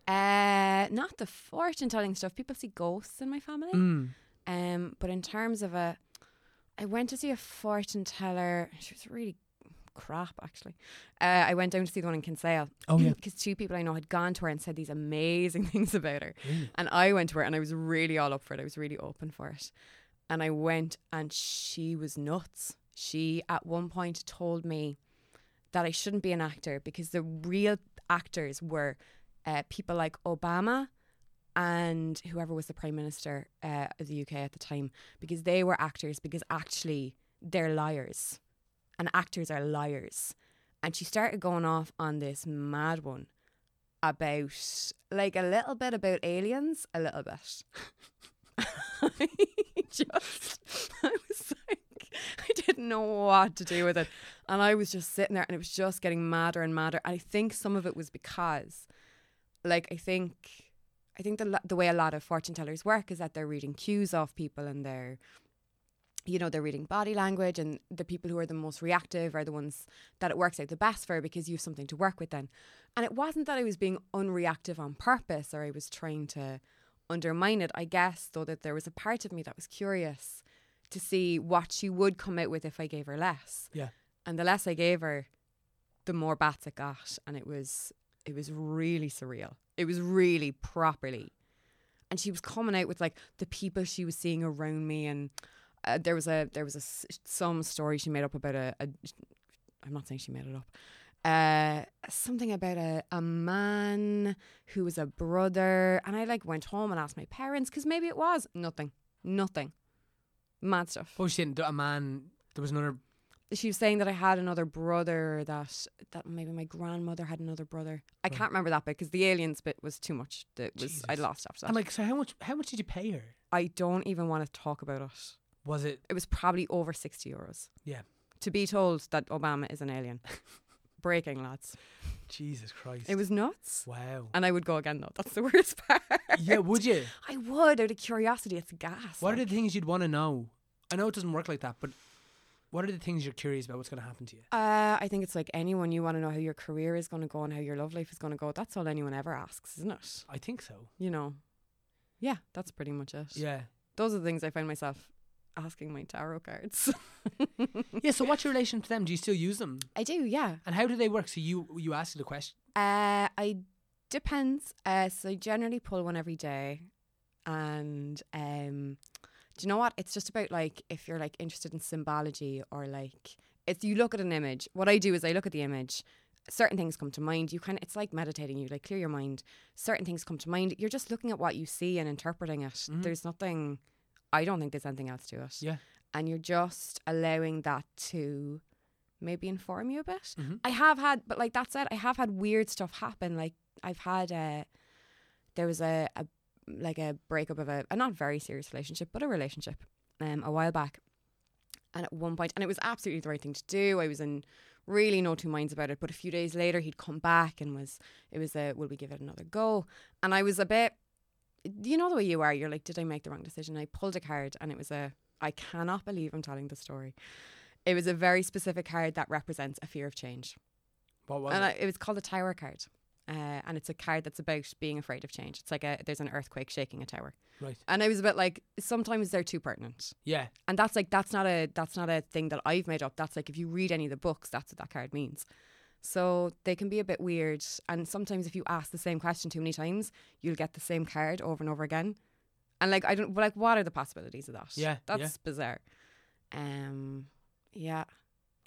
[SPEAKER 3] Uh, not the fortune telling stuff. People see ghosts in my family.
[SPEAKER 1] Mm.
[SPEAKER 3] Um, but in terms of a, I went to see a fortune teller. She was really crap, actually. Uh, I went down to see the one in Kinsale.
[SPEAKER 1] Oh, yeah.
[SPEAKER 3] Because two people I know had gone to her and said these amazing things about her. And I went to her and I was really all up for it. I was really open for it. And I went and she was nuts. She, at one point, told me that I shouldn't be an actor because the real actors were uh, people like Obama and whoever was the prime minister uh, of the UK at the time because they were actors because actually they're liars and actors are liars. And she started going off on this mad one about like a little bit about aliens, a little bit. I just, I was like, I didn't know what to do with it. And I was just sitting there and it was just getting madder and madder. And I think some of it was because, like, I think, I think the, lo- the way a lot of fortune tellers work is that they're reading cues off people and they're, you know, they're reading body language and the people who are the most reactive are the ones that it works out the best for because you have something to work with then. And it wasn't that I was being unreactive on purpose or I was trying to undermine it, I guess, though that there was a part of me that was curious to see what she would come out with if I gave her less.
[SPEAKER 1] Yeah.
[SPEAKER 3] And the less I gave her, the more bats it got. And it was it was really surreal. It was really properly. And she was coming out with like the people she was seeing around me and uh, there was a there was a s- some story she made up about a, a I'm not saying she made it up. Uh, something about a, a man who was a brother, and I like went home and asked my parents because maybe it was nothing, nothing, mad stuff.
[SPEAKER 1] What was she saying? A man, there was another.
[SPEAKER 3] She was saying that I had another brother, that that maybe my grandmother had another brother. I can't remember that bit because the aliens bit was too much. That was I
[SPEAKER 1] Jesus.
[SPEAKER 3] lost after that.
[SPEAKER 1] And like, so how much How much did you pay her?
[SPEAKER 3] I don't even want to talk about it.
[SPEAKER 1] Was it
[SPEAKER 3] It was probably over sixty euros.
[SPEAKER 1] Yeah.
[SPEAKER 3] To be told that Obama is an alien, breaking lads.
[SPEAKER 1] Jesus Christ?
[SPEAKER 3] It was nuts.
[SPEAKER 1] Wow.
[SPEAKER 3] And I would go again though. That's the worst part.
[SPEAKER 1] yeah, would you?
[SPEAKER 3] I would out of curiosity. It's gas.
[SPEAKER 1] What
[SPEAKER 3] like.
[SPEAKER 1] are the things you'd want to know? I know it doesn't work like that, but what are the things you're curious about? What's going to happen to you?
[SPEAKER 3] Uh, I think it's like anyone you want to know how your career is going to go and how your love life is going to go. That's all anyone ever asks, isn't it?
[SPEAKER 1] I think so.
[SPEAKER 3] You know. Yeah, that's pretty much it.
[SPEAKER 1] Yeah.
[SPEAKER 3] Those are the things I find myself asking my tarot cards.
[SPEAKER 1] Yeah. So, what's your relation to them? Do you still use them?
[SPEAKER 3] I do, yeah.
[SPEAKER 1] And how do they work? So you you ask the question.
[SPEAKER 3] Uh, I depends. Uh, so I generally pull one every day, and um, do you know what? It's just about like if you're like interested in symbology or like if you look at an image. What I do is I look at the image. Certain things come to mind. You kind of it's like meditating. You like clear your mind. Certain things come to mind. You're just looking at what you see and interpreting it. There's nothing. I don't think there's anything else to it
[SPEAKER 1] Yeah.
[SPEAKER 3] and you're just allowing that to maybe inform you a bit.
[SPEAKER 1] Mhm.
[SPEAKER 3] I have had, but like that said, I have had weird stuff happen. Like I've had, uh, there was a, a like a breakup of a, a not very serious relationship, but a relationship, um, a while back, and at one point, and it was absolutely the right thing to do. I was in really no two minds about it. But a few days later, he'd come back and was it was a will we give it another go? And I was a bit, you know the way you are. You're like, did I make the wrong decision? I pulled a card, and it was a I cannot believe I'm telling the story. It was a very specific card that represents a fear of change.
[SPEAKER 1] What was
[SPEAKER 3] and
[SPEAKER 1] it?
[SPEAKER 3] I, it was called a tower card. Uh, and it's a card that's about being afraid of change. It's like a, there's an earthquake shaking a tower.
[SPEAKER 1] right.
[SPEAKER 3] And I was a bit like, sometimes they're too pertinent.
[SPEAKER 1] Yeah.
[SPEAKER 3] And that's like, that's not a, that's not a thing that I've made up. That's like, if you read any of the books, that's what that card means. So they can be a bit weird. And sometimes if you ask the same question too many times, you'll get the same card over and over again. And like, I don't, like, what are the possibilities of that?
[SPEAKER 1] Yeah, yeah.
[SPEAKER 3] That's bizarre. Um, yeah.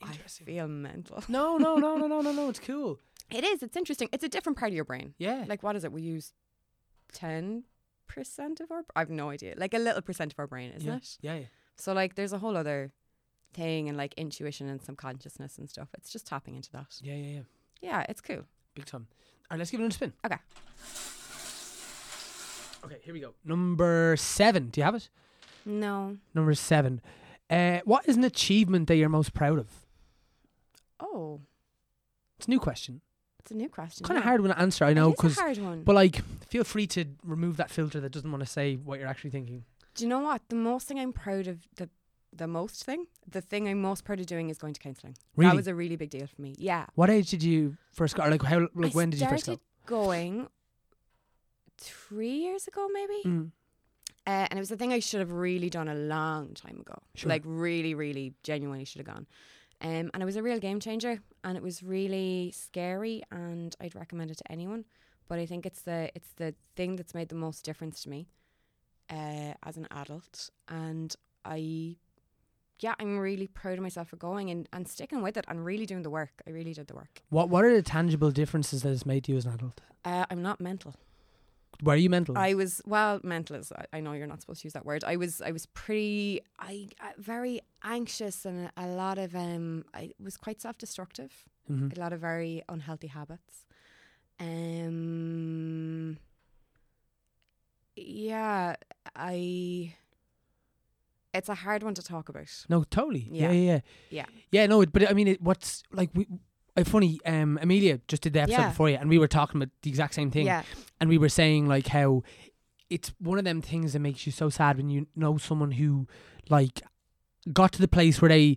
[SPEAKER 3] I
[SPEAKER 1] Interesting.
[SPEAKER 3] feel mental.
[SPEAKER 1] No, no, no, no, no, no, no. It's cool.
[SPEAKER 3] It is. It's interesting. It's a different part of your brain.
[SPEAKER 1] Yeah.
[SPEAKER 3] Eh, Like, what is it? We use 10% of our, I've no idea. Like a little percent of our brain, isn't
[SPEAKER 1] yeah.
[SPEAKER 3] it?
[SPEAKER 1] Yeah. yeah.
[SPEAKER 3] So like there's a whole other thing and like intuition and subconsciousness and stuff. It's just tapping into that.
[SPEAKER 1] Yeah. Yeah. Yeah.
[SPEAKER 3] Yeah, it's cool.
[SPEAKER 1] Big time. All right. Let's give it a spin.
[SPEAKER 3] Okay.
[SPEAKER 1] Okay. Here we go. Number seven. Do you have it?
[SPEAKER 3] No.
[SPEAKER 1] Number seven. Uh, what is an achievement that you're most proud of?
[SPEAKER 3] Oh,
[SPEAKER 1] It's a new question.
[SPEAKER 3] it's a new question.
[SPEAKER 1] It's kind of
[SPEAKER 3] yeah.
[SPEAKER 1] hard one to answer, I know,
[SPEAKER 3] It is
[SPEAKER 1] because
[SPEAKER 3] a hard one.
[SPEAKER 1] but like, feel free to remove that filter that doesn't want to say what you're actually thinking.
[SPEAKER 3] Do you know what? The most thing I'm proud of the the most thing, the thing I'm most proud of doing is going to counselling.
[SPEAKER 1] Really?
[SPEAKER 3] That was a really big deal for me. Yeah.
[SPEAKER 1] what age did you first go? Or like, how? Like,
[SPEAKER 3] I
[SPEAKER 1] when did you first go?
[SPEAKER 3] started Going three years ago, maybe.
[SPEAKER 1] Mm.
[SPEAKER 3] Uh, and it was the thing I should have really done a long time ago.
[SPEAKER 1] Sure.
[SPEAKER 3] Like really, really genuinely should have gone. Um, and it was a real game changer and it was really scary and I'd recommend it to anyone. But I think it's the it's the thing that's made the most difference to me uh, as an adult. And I yeah, I'm really proud of myself for going and, and sticking with it and really doing the work. I really did the work.
[SPEAKER 1] What What are the tangible differences that it's made to you as an adult?
[SPEAKER 3] Uh, I'm not mental.
[SPEAKER 1] Were you mental?
[SPEAKER 3] I was well, mental is. I- I know you're not supposed to use that word. I was. I was pretty. I uh, very anxious and a, a lot of. Um, I was quite self-destructive.
[SPEAKER 1] Mhm.
[SPEAKER 3] A lot of very unhealthy habits. Um. Yeah, I. It's a hard one to talk about.
[SPEAKER 1] No, totally. Yeah,
[SPEAKER 3] Yeah.
[SPEAKER 1] yeah, yeah.
[SPEAKER 3] Yeah.
[SPEAKER 1] Yeah, no, it- but I mean, it, what's like we. uh, Funny, um, Amelia just did the episode
[SPEAKER 3] Yeah.
[SPEAKER 1] before you, and we were talking about the exact same thing,
[SPEAKER 3] Yeah,
[SPEAKER 1] and we were saying like how it's one of them things that makes you so sad when you know someone who like got to the place where they,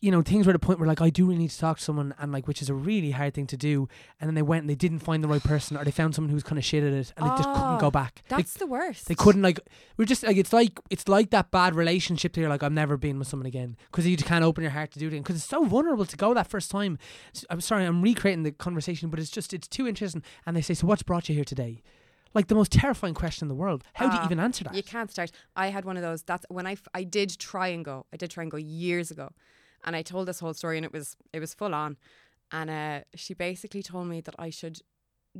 [SPEAKER 1] you know, things were at a point where like I do really need to talk to someone, and like which is a really hard thing to do, and then they went and they didn't find the right person, or they found someone who was kind of shit at it, and they just couldn't
[SPEAKER 3] Oh,
[SPEAKER 1] go back. They
[SPEAKER 3] that's the worst.
[SPEAKER 1] they couldn't like we're just like it's like it's like that bad relationship that you're like I'm never being with someone again because you just can't open your heart to do it because it's so vulnerable to go that first time. S- I'm sorry, I'm recreating the conversation, but it's just it's too interesting. And they say, so what's brought you here today? Like the most terrifying question in the world. How do you
[SPEAKER 3] Ah,
[SPEAKER 1] even answer that?
[SPEAKER 3] You can't start. I had one of those. That's when I, f- I did try and go. I did try and go years ago, and I told this whole story, and it was it was full on. And uh, she basically told me that I should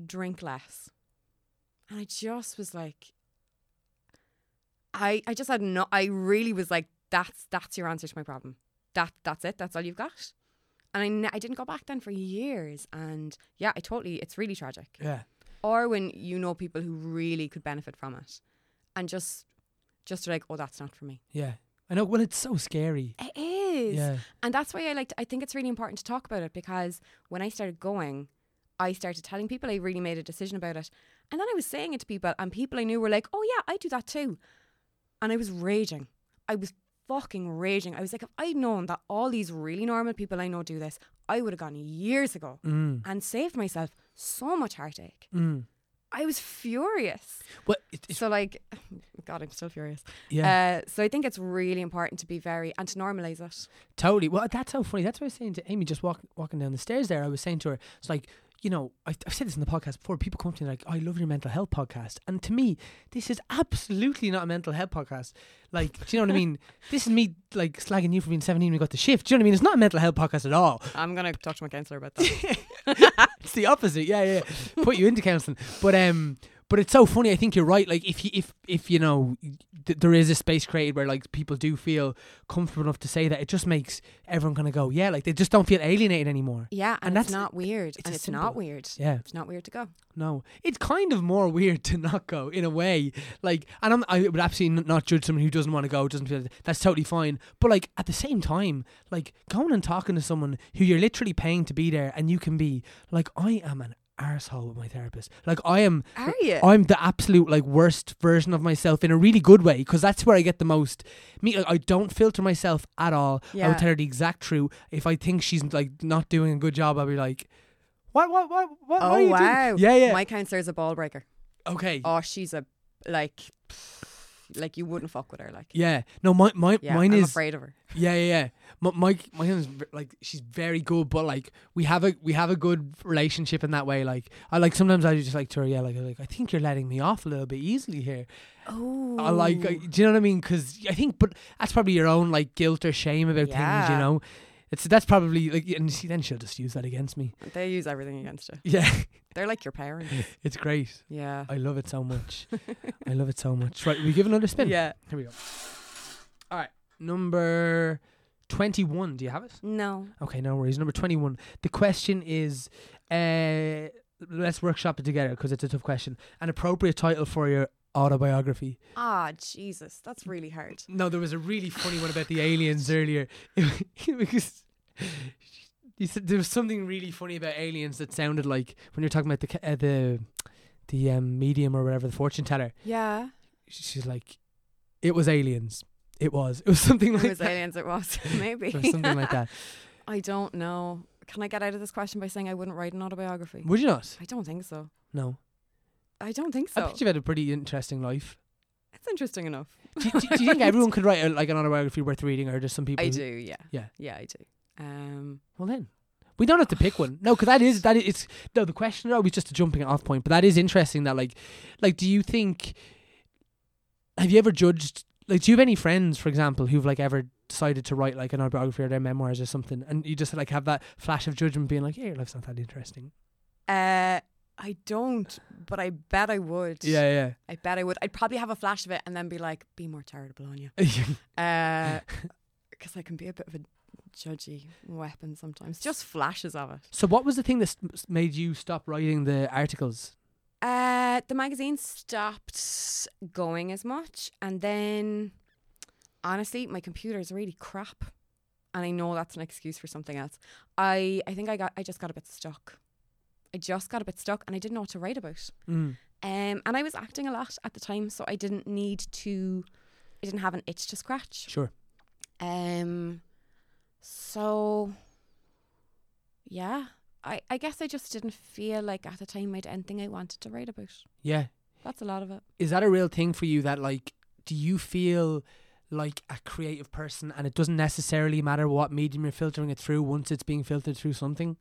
[SPEAKER 3] drink less, and I just was like, I I just had no. I really was like, that's that's your answer to my problem. That that's it. That's all you've got. And I, ne- I didn't go back then for years. And yeah, I totally, it's really tragic
[SPEAKER 1] yeah,
[SPEAKER 3] or when you know people who really could benefit from it and just just like oh that's not for me
[SPEAKER 1] yeah. I know. Well, it's so scary.
[SPEAKER 3] it is
[SPEAKER 1] Yeah,
[SPEAKER 3] and that's why i like to, i think it's really important to talk about it because when i started going i started telling people i really made a decision about it and then i was saying it to people and people i knew were like oh yeah i do that too and i was raging i was fucking raging i was like if i'd known that all these really normal people i know do this i would have gone years ago
[SPEAKER 1] mm,
[SPEAKER 3] and saved myself so much heartache
[SPEAKER 1] mm.
[SPEAKER 3] i was furious
[SPEAKER 1] Well, it, it's
[SPEAKER 3] so like god i'm still furious
[SPEAKER 1] yeah,
[SPEAKER 3] uh, so i think it's really important to be very and to normalize it
[SPEAKER 1] totally. Well, that's so funny. That's what I was saying to Amy just walk, walking down the stairs there. I was saying to her, it's like. you know, I, I've said this in the podcast before. People come up to me like, "I love your mental health podcast," and to me, this is absolutely not a mental health podcast. Like, do you know what I mean? This is me like slagging you for being seventeen. when We got the shift. Do you know what I mean? It's not a mental health podcast at all.
[SPEAKER 3] i'm gonna talk to my counselor about that
[SPEAKER 1] It's the opposite. Yeah, yeah. yeah. Put you into counselling, but um. But it's so funny. I think you're right. Like if you, if if you know th- there is a space created where like people do feel comfortable enough to say that, it just makes everyone kind of go, yeah. Like they just don't feel alienated anymore.
[SPEAKER 3] yeah
[SPEAKER 1] And
[SPEAKER 3] and,
[SPEAKER 1] that's-
[SPEAKER 3] it's not weird
[SPEAKER 1] it's
[SPEAKER 3] and
[SPEAKER 1] a
[SPEAKER 3] it's not
[SPEAKER 1] simple-
[SPEAKER 3] weird
[SPEAKER 1] Yeah.
[SPEAKER 3] it's not weird to go
[SPEAKER 1] No, it's kind of more weird to not go in a way. Like, and I'm, I would absolutely n- not judge someone who doesn't want to go, doesn't feel that's totally fine. But like at the same time, like going and talking to someone who you're literally paying to be there, and you can be like, I am an arsehole with my therapist. Like I am,
[SPEAKER 3] are you
[SPEAKER 1] I'm the absolute like worst version of myself in a really good way because that's where I get the most. Me, like, I don't filter myself at all. I
[SPEAKER 3] Yeah.
[SPEAKER 1] would tell her the exact truth. If I think she's like not doing a good job, I'll be like. What, what, what, what, what are
[SPEAKER 3] oh
[SPEAKER 1] you
[SPEAKER 3] wow
[SPEAKER 1] doing? Yeah, yeah.
[SPEAKER 3] my counselor is a ball breaker
[SPEAKER 1] Okay.
[SPEAKER 3] oh she's a like like you wouldn't fuck with her like
[SPEAKER 1] yeah. No, my, my
[SPEAKER 3] yeah
[SPEAKER 1] mine
[SPEAKER 3] i'm
[SPEAKER 1] is
[SPEAKER 3] afraid of her
[SPEAKER 1] yeah, yeah, yeah. My my my is like she's very good, but like we have a we have a good relationship in that way. Like I like sometimes I just like to her, yeah, like, I- like I think you're letting me off a little bit easily here.
[SPEAKER 3] oh
[SPEAKER 1] I like, I, do you know what I mean? Because I think, but that's probably your own like guilt or shame about things, you
[SPEAKER 3] Yeah.
[SPEAKER 1] know. It's that's probably like, and she, then she'll just use that against me.
[SPEAKER 3] they use everything against you
[SPEAKER 1] Yeah,
[SPEAKER 3] they're like your parents
[SPEAKER 1] it's great.
[SPEAKER 3] yeah
[SPEAKER 1] I love it so much. I love it so much. Right, we give another spin.
[SPEAKER 3] yeah
[SPEAKER 1] Here we go. All right. Number 21. Do you have it?
[SPEAKER 3] no
[SPEAKER 1] Okay, no worries. Number 21. The question is uh, let's workshop it together because it's a tough question. An appropriate title for your autobiography.
[SPEAKER 3] Ah, Jesus, that's really hard.
[SPEAKER 1] No, there was a really funny one about the aliens earlier. because you said there was something really funny about aliens that sounded like when you're talking about the ca- uh, the the um, medium or whatever the fortune teller.
[SPEAKER 3] Yeah,
[SPEAKER 1] She's like, it was aliens. It was. It was something
[SPEAKER 3] it
[SPEAKER 1] like
[SPEAKER 3] was
[SPEAKER 1] that.
[SPEAKER 3] aliens. It was maybe
[SPEAKER 1] or something like that.
[SPEAKER 3] I don't know. Can I get out of this question by saying I wouldn't write an autobiography?
[SPEAKER 1] Would you not?
[SPEAKER 3] I don't think so.
[SPEAKER 1] No.
[SPEAKER 3] I don't think
[SPEAKER 1] I
[SPEAKER 3] so.
[SPEAKER 1] bet you've had a pretty interesting life.
[SPEAKER 3] It's interesting enough.
[SPEAKER 1] Do, do, do you think everyone could write a, like an autobiography worth reading, or just some people?
[SPEAKER 3] I
[SPEAKER 1] who-
[SPEAKER 3] do. Yeah.
[SPEAKER 1] Yeah.
[SPEAKER 3] Yeah, I do. Um.
[SPEAKER 1] Well then, we don't have to pick one. No, because that is that is it's no. The question is always just a jumping off point, but that is interesting. That like, like, do you think? Have you ever judged? Like, do you have any friends, for example, who've like ever decided to write like an autobiography or their memoirs or something, and you just like have that flash of judgment, being like, "Yeah, your life's not that interesting."
[SPEAKER 3] Uh. I don't, but I bet I would.
[SPEAKER 1] Yeah,
[SPEAKER 3] I bet I would. I'd probably have a flash of it and then be like, "Be more charitable on you,"
[SPEAKER 1] yeah.
[SPEAKER 3] because I can be a bit of a judgy weapon sometimes. Just flashes of it.
[SPEAKER 1] so, what was the thing that s- made you stop writing the articles?
[SPEAKER 3] Uh, the magazine stopped going as much, and then honestly, my computer is really crap, and I know that's an excuse for something else. I I think I got I just got a bit stuck. I just got a bit stuck, and I didn't know what to write about.
[SPEAKER 1] Mm.
[SPEAKER 3] Um, and I was acting a lot at the time, so I didn't need to. I didn't have an itch to scratch.
[SPEAKER 1] Sure.
[SPEAKER 3] Um, so yeah, I I guess I just didn't feel like at the time I'd anything I wanted to write about.
[SPEAKER 1] Yeah.
[SPEAKER 3] That's a lot of it.
[SPEAKER 1] is that a real thing for you that like do you feel like a creative person and it doesn't necessarily matter what medium you're filtering it through once it's being filtered through something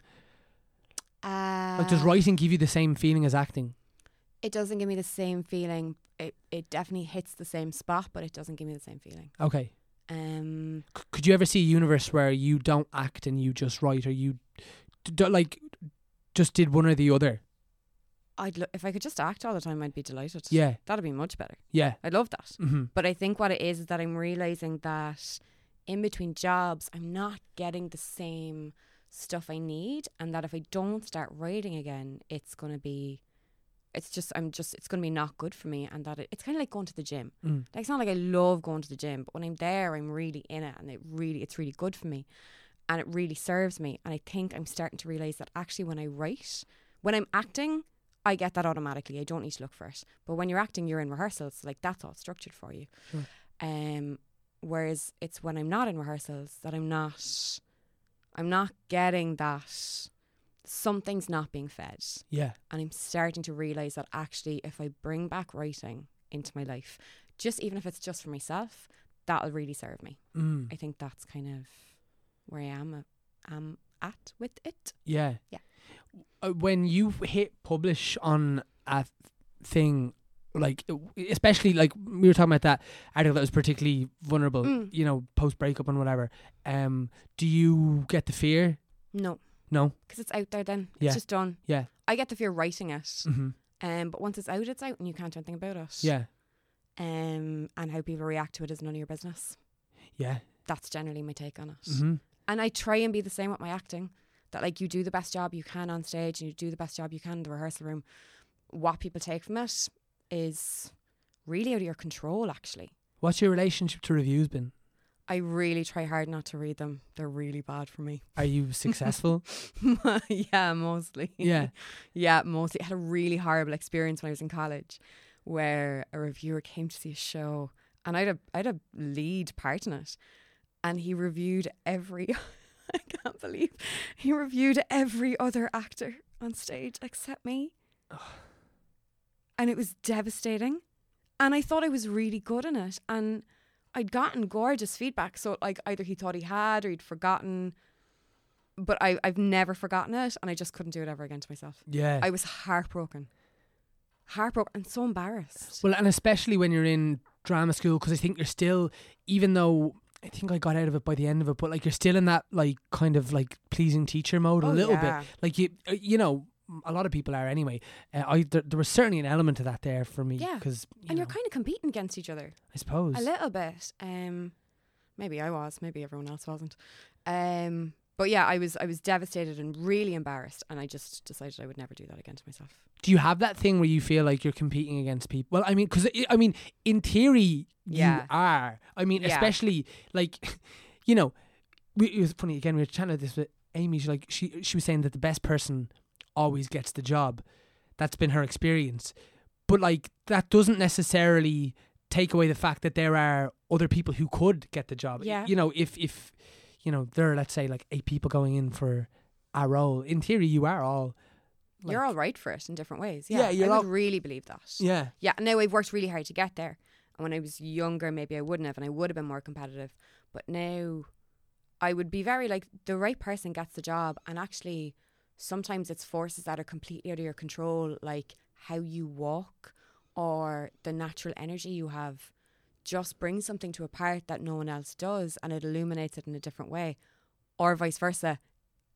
[SPEAKER 3] Uh,
[SPEAKER 1] like does writing give you the same feeling as acting
[SPEAKER 3] It doesn't give me the same feeling. It it definitely hits the same spot, but it doesn't give me the same feeling.
[SPEAKER 1] okay
[SPEAKER 3] Um,
[SPEAKER 1] C- could you ever see a universe where you don't act and you just write or you d- d- like just did one or the other
[SPEAKER 3] I'd lo- if I could just act all the time, I'd be delighted.
[SPEAKER 1] yeah
[SPEAKER 3] that'd be much better.
[SPEAKER 1] yeah
[SPEAKER 3] I love that.
[SPEAKER 1] mm-hmm.
[SPEAKER 3] But I think what it is is that I'm realizing that in between jobs, I'm not getting the same stuff I need, and that if I don't start writing again, it's gonna be, it's just I'm just it's gonna be not good for me, and that it, it's kind of like going to the gym.
[SPEAKER 1] Mm.
[SPEAKER 3] Like it's not like I love going to the gym, but when I'm there, I'm really in it, and it really it's really good for me, and it really serves me. And I think I'm starting to realize that actually when I write, when I'm acting. I get that automatically. I don't need to look for it. But when you're acting, you're in rehearsals. Like that's all structured for you. Um, whereas it's when I'm not in rehearsals that I'm not, I'm not getting that something's not being fed,
[SPEAKER 1] yeah
[SPEAKER 3] and I'm starting to realize that actually, if I bring back writing into my life, just even if it's just for myself, that'll really serve me.
[SPEAKER 1] mm.
[SPEAKER 3] I think that's kind of where I am. uh, am at with it.
[SPEAKER 1] Yeah.
[SPEAKER 3] Yeah.
[SPEAKER 1] Uh, When you hit publish on a thing, like uh, especially like we were talking about that article that was particularly vulnerable,
[SPEAKER 3] Mm.
[SPEAKER 1] you know, post breakup and whatever. Um, do you get the fear?
[SPEAKER 3] No,
[SPEAKER 1] No.
[SPEAKER 3] because it's out there. Then it's
[SPEAKER 1] Yeah.
[SPEAKER 3] just done.
[SPEAKER 1] Yeah.
[SPEAKER 3] I get the fear of writing it.
[SPEAKER 1] Mm-hmm.
[SPEAKER 3] Um, but once it's out, it's out, and you can't do anything about it.
[SPEAKER 1] Yeah.
[SPEAKER 3] Um, and how people react to it is none of your business.
[SPEAKER 1] Yeah.
[SPEAKER 3] That's generally my take on it.
[SPEAKER 1] Mm-hmm.
[SPEAKER 3] And I try and be the same with my acting. That like you do the best job you can on stage and you do the best job you can in the rehearsal room. What people take from it is really out of your control actually.
[SPEAKER 1] What's your relationship to reviews been?
[SPEAKER 3] I really try hard not to read them. They're really bad for me.
[SPEAKER 1] Are you successful?
[SPEAKER 3] yeah, mostly.
[SPEAKER 1] yeah.
[SPEAKER 3] Yeah, mostly. I had a really horrible experience when I was in college where a reviewer came to see a show and I had a, I had a lead part in it and he reviewed every, I can't believe, he reviewed every other actor on stage except me. and it was devastating. And I thought I was really good in it and I'd gotten gorgeous feedback. So like either he thought he had or he'd forgotten. But I, I've never forgotten it and I just couldn't do it ever again to myself.
[SPEAKER 1] Yeah.
[SPEAKER 3] I was heartbroken. Heartbroken and so embarrassed.
[SPEAKER 1] Well, and especially when you're in drama school, because I think you're still, even though I think I got out of it by the end of it, but like you're still in that like kind of like pleasing teacher mode a
[SPEAKER 3] Oh,
[SPEAKER 1] little
[SPEAKER 3] yeah.
[SPEAKER 1] bit. Like you, uh, you know, m- a lot of people are anyway. Uh, I there, there was certainly an element of that there for me
[SPEAKER 3] Yeah.
[SPEAKER 1] because
[SPEAKER 3] and you're kind of competing against each other
[SPEAKER 1] I suppose
[SPEAKER 3] a little bit. Um, maybe I was, maybe everyone else wasn't. Um, But yeah, I was I was devastated and really embarrassed, and I just decided I would never do that again to myself.
[SPEAKER 1] Do you have that thing where you feel like you're competing against people? Well, I mean, because I mean, in theory, you
[SPEAKER 3] Yeah.
[SPEAKER 1] are. I mean,
[SPEAKER 3] Yeah.
[SPEAKER 1] especially like, you know, we, it was funny again. We were chatting about this with Amy. She like she she was saying that the best person always gets the job. That's been her experience, but like that doesn't necessarily take away the fact that there are other people who could get the job.
[SPEAKER 3] Yeah.
[SPEAKER 1] You know, if if you know there are let's say like eight people going in for a role, in theory you are all. like-
[SPEAKER 3] you're all right for it in different ways.
[SPEAKER 1] Yeah,
[SPEAKER 3] Yeah,
[SPEAKER 1] you're
[SPEAKER 3] I
[SPEAKER 1] all-
[SPEAKER 3] would really believe that.
[SPEAKER 1] Yeah.
[SPEAKER 3] Yeah, now I've worked really hard to get there. And when I was younger, maybe I wouldn't have, and I would have been more competitive. But now I would be very like the right person gets the job. And actually, sometimes it's forces that are completely out of your control, like how you walk or the natural energy you have just brings something to a part that no one else does and it illuminates it in a different way. Or vice versa,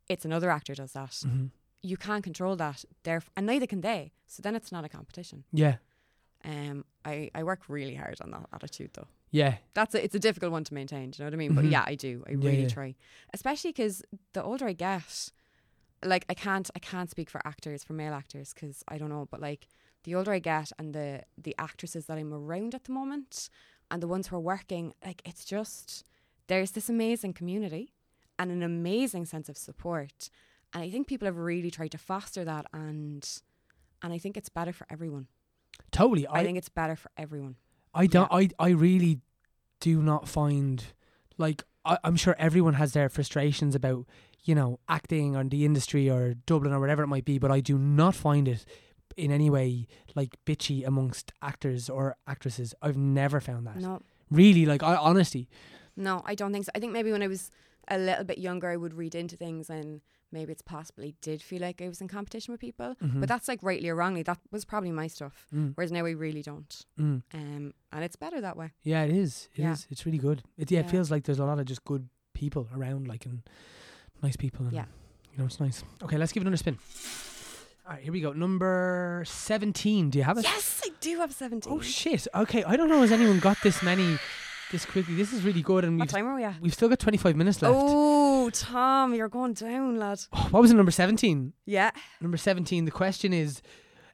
[SPEAKER 3] it's another actor does that.
[SPEAKER 1] Mhm.
[SPEAKER 3] You can't control that, theref- and neither can they. So then it's not a competition.
[SPEAKER 1] Yeah.
[SPEAKER 3] Um, I, I work really hard on that attitude though.
[SPEAKER 1] Yeah.
[SPEAKER 3] That's a, it's a difficult one to maintain. Do you know what I mean? But
[SPEAKER 1] Mhm.
[SPEAKER 3] yeah, I do. I
[SPEAKER 1] Yeah,
[SPEAKER 3] really
[SPEAKER 1] yeah.
[SPEAKER 3] try, especially because the older I get, like I can't I can't speak for actors for male actors because I don't know. But like the older I get and the the actresses that I'm around at the moment and the ones who are working, like it's just there's this amazing community and an amazing sense of support, and I think people have really tried to foster that and and I think it's better for everyone.
[SPEAKER 1] Totally.
[SPEAKER 3] I
[SPEAKER 1] I
[SPEAKER 3] think it's better for everyone.
[SPEAKER 1] I don't. I I really do not find like I, I'm sure everyone has their frustrations about you know acting or the industry or Dublin or whatever it might be, but I do not find it in any way like bitchy amongst actors or actresses. I've never found that.
[SPEAKER 3] No,
[SPEAKER 1] Really, like I honestly,
[SPEAKER 3] no, I don't think so. I think maybe when I was a little bit younger, I would read into things and maybe it's possibly did feel like I was in competition with people.
[SPEAKER 1] Mm-hmm. Hmm.
[SPEAKER 3] But that's like rightly or wrongly, that was probably my stuff.
[SPEAKER 1] Mm.
[SPEAKER 3] Whereas now I really don't.
[SPEAKER 1] mm,
[SPEAKER 3] Um, and it's better that way.
[SPEAKER 1] yeah, it is. It is.
[SPEAKER 3] Yeah.
[SPEAKER 1] It's really good. It, yeah, it
[SPEAKER 3] Yeah.
[SPEAKER 1] feels like there's a lot of just good people around, like and nice people. And,
[SPEAKER 3] Yeah.
[SPEAKER 1] you know, it's nice. Okay, let's give it another spin. All right, here we go. Number seventeen. Do you have it?
[SPEAKER 3] Yes, I do have 17.
[SPEAKER 1] Oh shit! Okay, I don't know has anyone got this many this quickly. This is really good, and
[SPEAKER 3] what
[SPEAKER 1] we've
[SPEAKER 3] time are we at?
[SPEAKER 1] we've still got twenty five minutes left.
[SPEAKER 3] Oh, Tom, you're going down, lad.
[SPEAKER 1] Oh, What was it, number seventeen?
[SPEAKER 3] Yeah.
[SPEAKER 1] Number seventeen. The question is,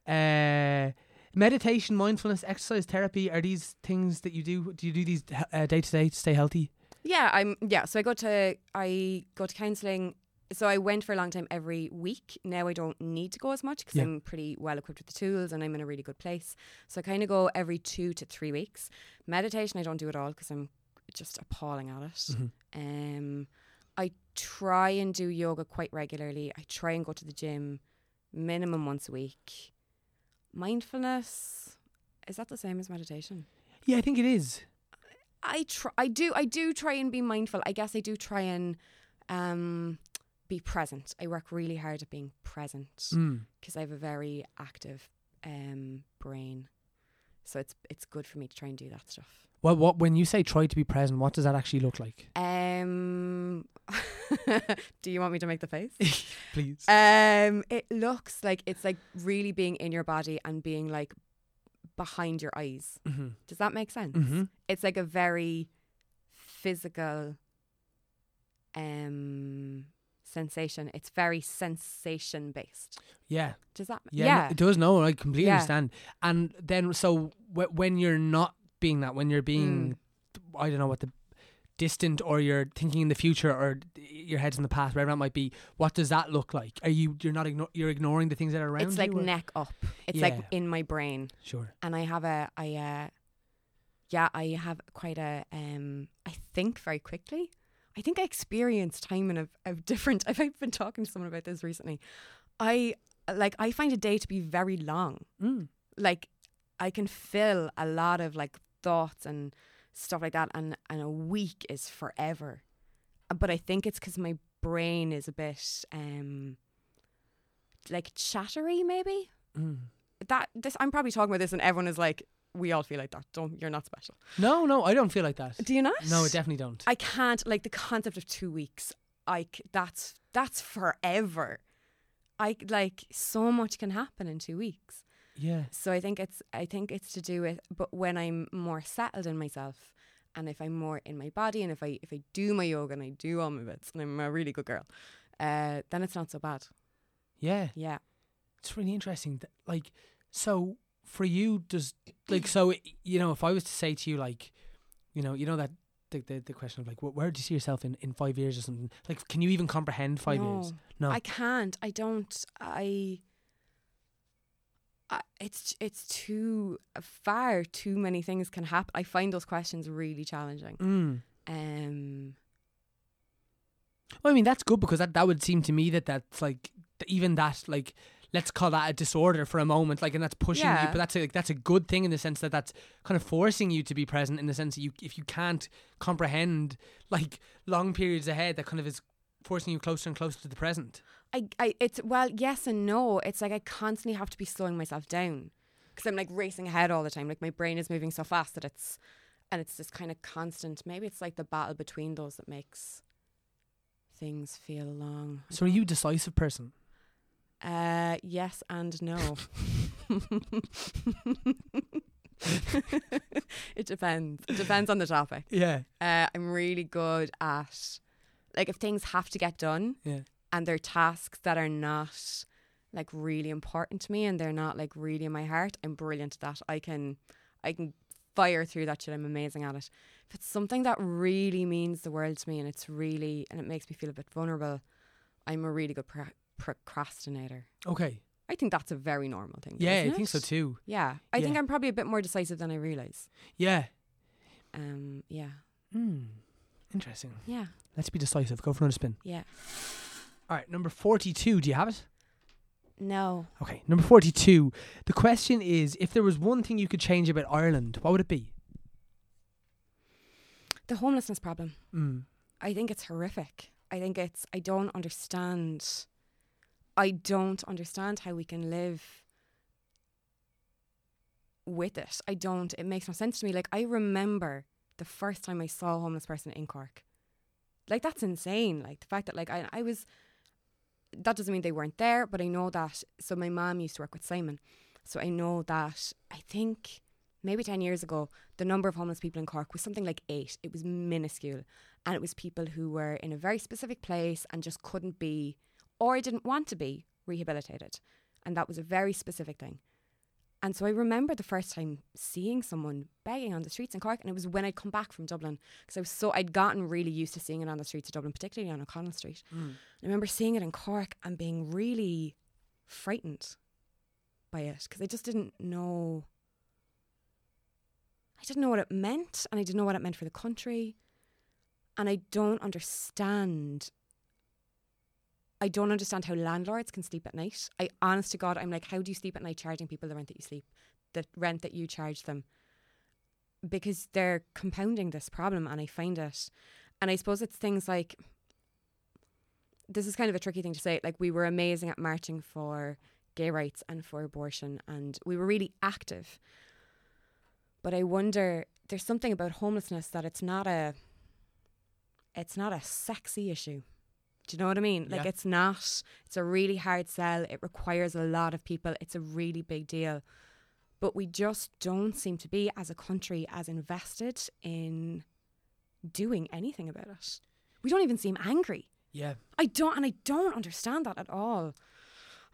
[SPEAKER 1] uh, meditation, mindfulness, exercise, therapy. Are these things that you do? Do you do these uh, day to day to stay healthy?
[SPEAKER 3] Yeah, I'm yeah, so I go to I go to counselling so I went for a long time every week. Now I don't need to go as much because
[SPEAKER 1] Yeah.
[SPEAKER 3] I'm pretty well equipped with the tools and I'm in a really good place. So I kind of go every two to three weeks. Meditation I don't do at all because I'm just appalling at it. Um, I try and do yoga quite regularly. I try and go to the gym minimum once a week. Mindfulness is that the same as meditation?
[SPEAKER 1] Yeah, I think it is.
[SPEAKER 3] I try, I do, I do try and be mindful. I guess I do try and um, be present. I work really hard at being present
[SPEAKER 1] Mm.
[SPEAKER 3] because I have a very active um, brain, so it's it's good for me to try and do that stuff.
[SPEAKER 1] Well, what when you say try to be present, what does that actually look like?
[SPEAKER 3] Um, do you want me to make the face?
[SPEAKER 1] Please.
[SPEAKER 3] Um, it looks like it's like really being in your body and being like behind your eyes.
[SPEAKER 1] hmm
[SPEAKER 3] Does that make sense?
[SPEAKER 1] hmm
[SPEAKER 3] it's like a very physical um sensation it's very sensation based
[SPEAKER 1] Yeah.
[SPEAKER 3] does that
[SPEAKER 1] Yeah, no, it does. No, I completely
[SPEAKER 3] Yeah.
[SPEAKER 1] understand. And then, so w- when you're not being that, when you're
[SPEAKER 3] Mm.
[SPEAKER 1] being, I don't know what the distant or you're thinking in the future or d- your head's in the past, whatever that might be. What does that look like? Are you you're not igno- you're ignoring the things that are around?
[SPEAKER 3] it's like
[SPEAKER 1] you, or-
[SPEAKER 3] neck up it's like
[SPEAKER 1] Yeah.
[SPEAKER 3] in my brain
[SPEAKER 1] sure.
[SPEAKER 3] and i have a i uh yeah i have quite a um i think very quickly i think i experience time in a, a different i've I've been talking to someone about this recently i like i find a day to be very long
[SPEAKER 1] Mm.
[SPEAKER 3] like I can fill a lot of like thoughts and stuff like that, and and a week is forever. Uh, But I think it's because my brain is a bit um like chattery, maybe.
[SPEAKER 1] Mm.
[SPEAKER 3] That this I'm probably talking about this, and everyone is like, we all feel like that. Don't you're not special.
[SPEAKER 1] No, no, I don't feel like that.
[SPEAKER 3] Do you not?
[SPEAKER 1] No, I definitely don't.
[SPEAKER 3] I can't like the concept of two weeks. Like that's that's forever. I c- like so much can happen in two weeks.
[SPEAKER 1] yeah.
[SPEAKER 3] So I think it's I think it's to do with but when I'm more settled in myself and if I'm more in my body and if I if I do my yoga and I do all my bits and I'm a really good girl, uh, then it's not so bad.
[SPEAKER 1] Yeah.
[SPEAKER 3] Yeah.
[SPEAKER 1] It's really interesting. That, like, so for you, does like so i- you know if I was to say to you like, you know, you know that the the, the question of like, wh- where do you see yourself in in five years or something? Like, can you even comprehend five years? No.
[SPEAKER 3] I can't. I don't. I. I it's it's too far. Too many things can happen. I find those questions really challenging.
[SPEAKER 1] Mm.
[SPEAKER 3] Um.
[SPEAKER 1] Well, I mean that's good because that that would seem to me that that's like th- even that like let's call that a disorder for a moment like and that's pushing you
[SPEAKER 3] Yeah.
[SPEAKER 1] but that's a, like that's a good thing in the sense that that's kind of forcing you to be present in the sense that you if you can't comprehend like long periods ahead that kind of is forcing you closer and closer to the present
[SPEAKER 3] I, I it's well yes and no it's like i constantly have to be slowing myself down because i'm like racing ahead all the time like my brain is moving so fast that it's and it's this kind of constant maybe it's like the battle between those that makes things feel long
[SPEAKER 1] so are you a decisive person
[SPEAKER 3] uh yes and no it depends it depends on the topic
[SPEAKER 1] yeah
[SPEAKER 3] uh, i'm really good at like if things have to get done
[SPEAKER 1] yeah
[SPEAKER 3] and they're tasks that are not like really important to me and they're not like really in my heart, I'm brilliant at that. I can I can fire through that shit. I'm amazing at it. If it's something that really means the world to me and it's really and it makes me feel a bit vulnerable, I'm a really good pro- procrastinator.
[SPEAKER 1] okay
[SPEAKER 3] I think that's a very normal thing. though,
[SPEAKER 1] yeah i
[SPEAKER 3] isn't
[SPEAKER 1] think so
[SPEAKER 3] it?
[SPEAKER 1] too
[SPEAKER 3] Yeah, I think
[SPEAKER 1] Yeah.
[SPEAKER 3] I'm probably a bit more decisive than I realize.
[SPEAKER 1] yeah
[SPEAKER 3] Um, yeah,
[SPEAKER 1] Hmm. interesting
[SPEAKER 3] yeah,
[SPEAKER 1] let's be decisive go for another spin
[SPEAKER 3] yeah.
[SPEAKER 1] all right number 42 do you have it
[SPEAKER 3] No,
[SPEAKER 1] Okay, number 42. The question is if there was one thing you could change about Ireland, what would it be?
[SPEAKER 3] the homelessness problem.
[SPEAKER 1] Mm.
[SPEAKER 3] I think it's horrific. I think it's I don't understand. I don't understand how we can live with it. I don't. It makes no sense to me. Like I remember the first time I saw a homeless person in Cork. Like that's insane. Like the fact that like I I was that doesn't mean they weren't there, but I know that so my mom used to work with Simon. So I know that I think maybe 10 years ago the number of homeless people in Cork was something like 8. It was minuscule and it was people who were in a very specific place and just couldn't be or didn't want to be rehabilitated and that was a very specific thing and so i remember the first time seeing someone begging on the streets in cork and it was when i'd come back from dublin because i was so i'd gotten really used to seeing it on the streets of dublin particularly on o'connell street and i remember seeing it in cork and being really frightened by it because i just didn't know i didn't know what it meant and i didn't know what it meant for the country and I don't understand. I don't understand how landlords can sleep at night. I honest to God, I'm like, how do you sleep at night charging people the rent that you sleep, the rent that you charge them? Because they're compounding this problem, and I find it. And I suppose it's things like this is kind of a tricky thing to say. Like, we were amazing at marching for gay rights and for abortion, and we were really active. But I wonder, there's something about homelessness that it's not a it's not a sexy issue. Do you know what I mean? Like
[SPEAKER 1] Yeah.
[SPEAKER 3] it's not it's a really hard sell. It requires a lot of people. It's a really big deal. But we just don't seem to be as a country as invested in doing anything about it. We don't even seem angry.
[SPEAKER 1] Yeah.
[SPEAKER 3] I don't, and I don't understand that at all.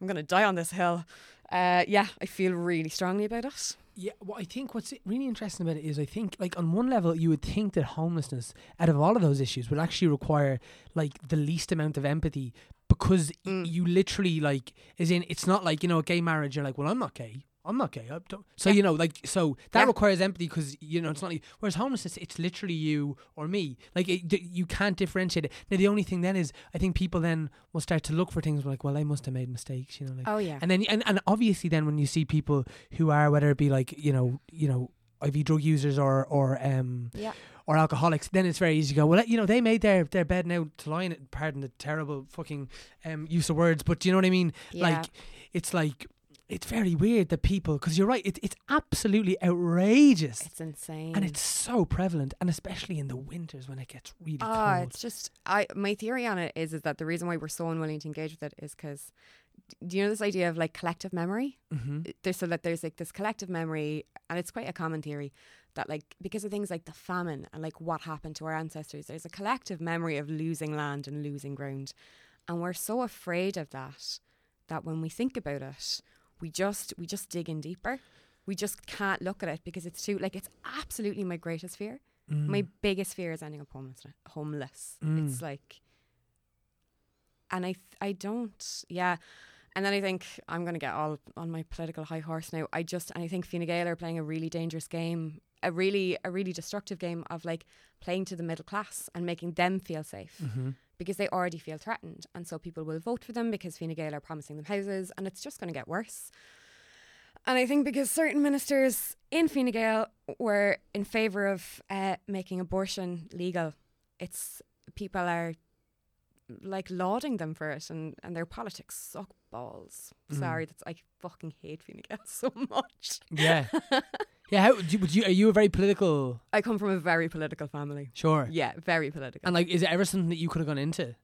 [SPEAKER 3] I'm gonna die on this hill. Uh, yeah, I feel really strongly about it.
[SPEAKER 1] Yeah, well, I think what's really interesting about it is I think, like, on one level, you would think that homelessness, out of all of those issues, would actually require, like, the least amount of empathy because y-
[SPEAKER 3] Mm.
[SPEAKER 1] you literally, like, is in, it's not like, you know, a gay marriage, you're like, well, I'm not gay. I'm not gay. I don't. So, you know, like, so that
[SPEAKER 3] Yeah.
[SPEAKER 1] requires empathy because, you know, it's not like, whereas homelessness, it's literally you or me. Like, it, th- you can't differentiate it. Now, the only thing then is, I think people then will start to look for things like, well, I must have made mistakes, you know, like,
[SPEAKER 3] Oh yeah,
[SPEAKER 1] and then and, and obviously then when you see people who are whether it be like you know you know IV drug users or or um
[SPEAKER 3] yeah,
[SPEAKER 1] or alcoholics, then it's very easy to go. Well, you know they made their their bed now to lie in it. Pardon the terrible fucking um use of words, but do you know what I mean?
[SPEAKER 3] yeah.
[SPEAKER 1] Like it's like it's very weird that people because you're right. It, it's absolutely outrageous.
[SPEAKER 3] it's insane.
[SPEAKER 1] and it's so prevalent, and especially in the winters when it gets really
[SPEAKER 3] Ah,
[SPEAKER 1] cold.
[SPEAKER 3] it's just I. My theory on it is is that the reason why we're so unwilling to engage with it is because do you know this idea of like collective memory?
[SPEAKER 1] Mm-hmm.
[SPEAKER 3] There's so that there's like this collective memory, and it's quite a common theory that like because of things like the famine and like what happened to our ancestors, there's a collective memory of losing land and losing ground, and we're so afraid of that that when we think about it, we just we just dig in deeper. We just can't look at it because it's too like it's absolutely my greatest fear.
[SPEAKER 1] Mm. Mm-hmm.
[SPEAKER 3] My biggest fear is ending up homeless. Homeless. It's like, and I, th- I don't, yeah. And then I think I'm gonna get all on my political high horse now. I just, and I think Fine Gael are playing a really dangerous game, a really, a really destructive game of like playing to the middle class and making them feel
[SPEAKER 1] Mm-hmm.
[SPEAKER 3] safe because they already feel threatened, and so people will vote for them because Fine Gael are promising them houses, and it's just gonna get worse. And I think because certain ministers in Fine Gael were in favour of uh, making abortion legal, it's people are like lauding them for it, and, and their politics suck balls. Sorry, that's I fucking hate Fine Gael so much.
[SPEAKER 1] Yeah, yeah. How do you, would you? Are you a very political?
[SPEAKER 3] I come from a very political family.
[SPEAKER 1] Sure.
[SPEAKER 3] Yeah, very political.
[SPEAKER 1] And like, is it ever something that you could have gone into?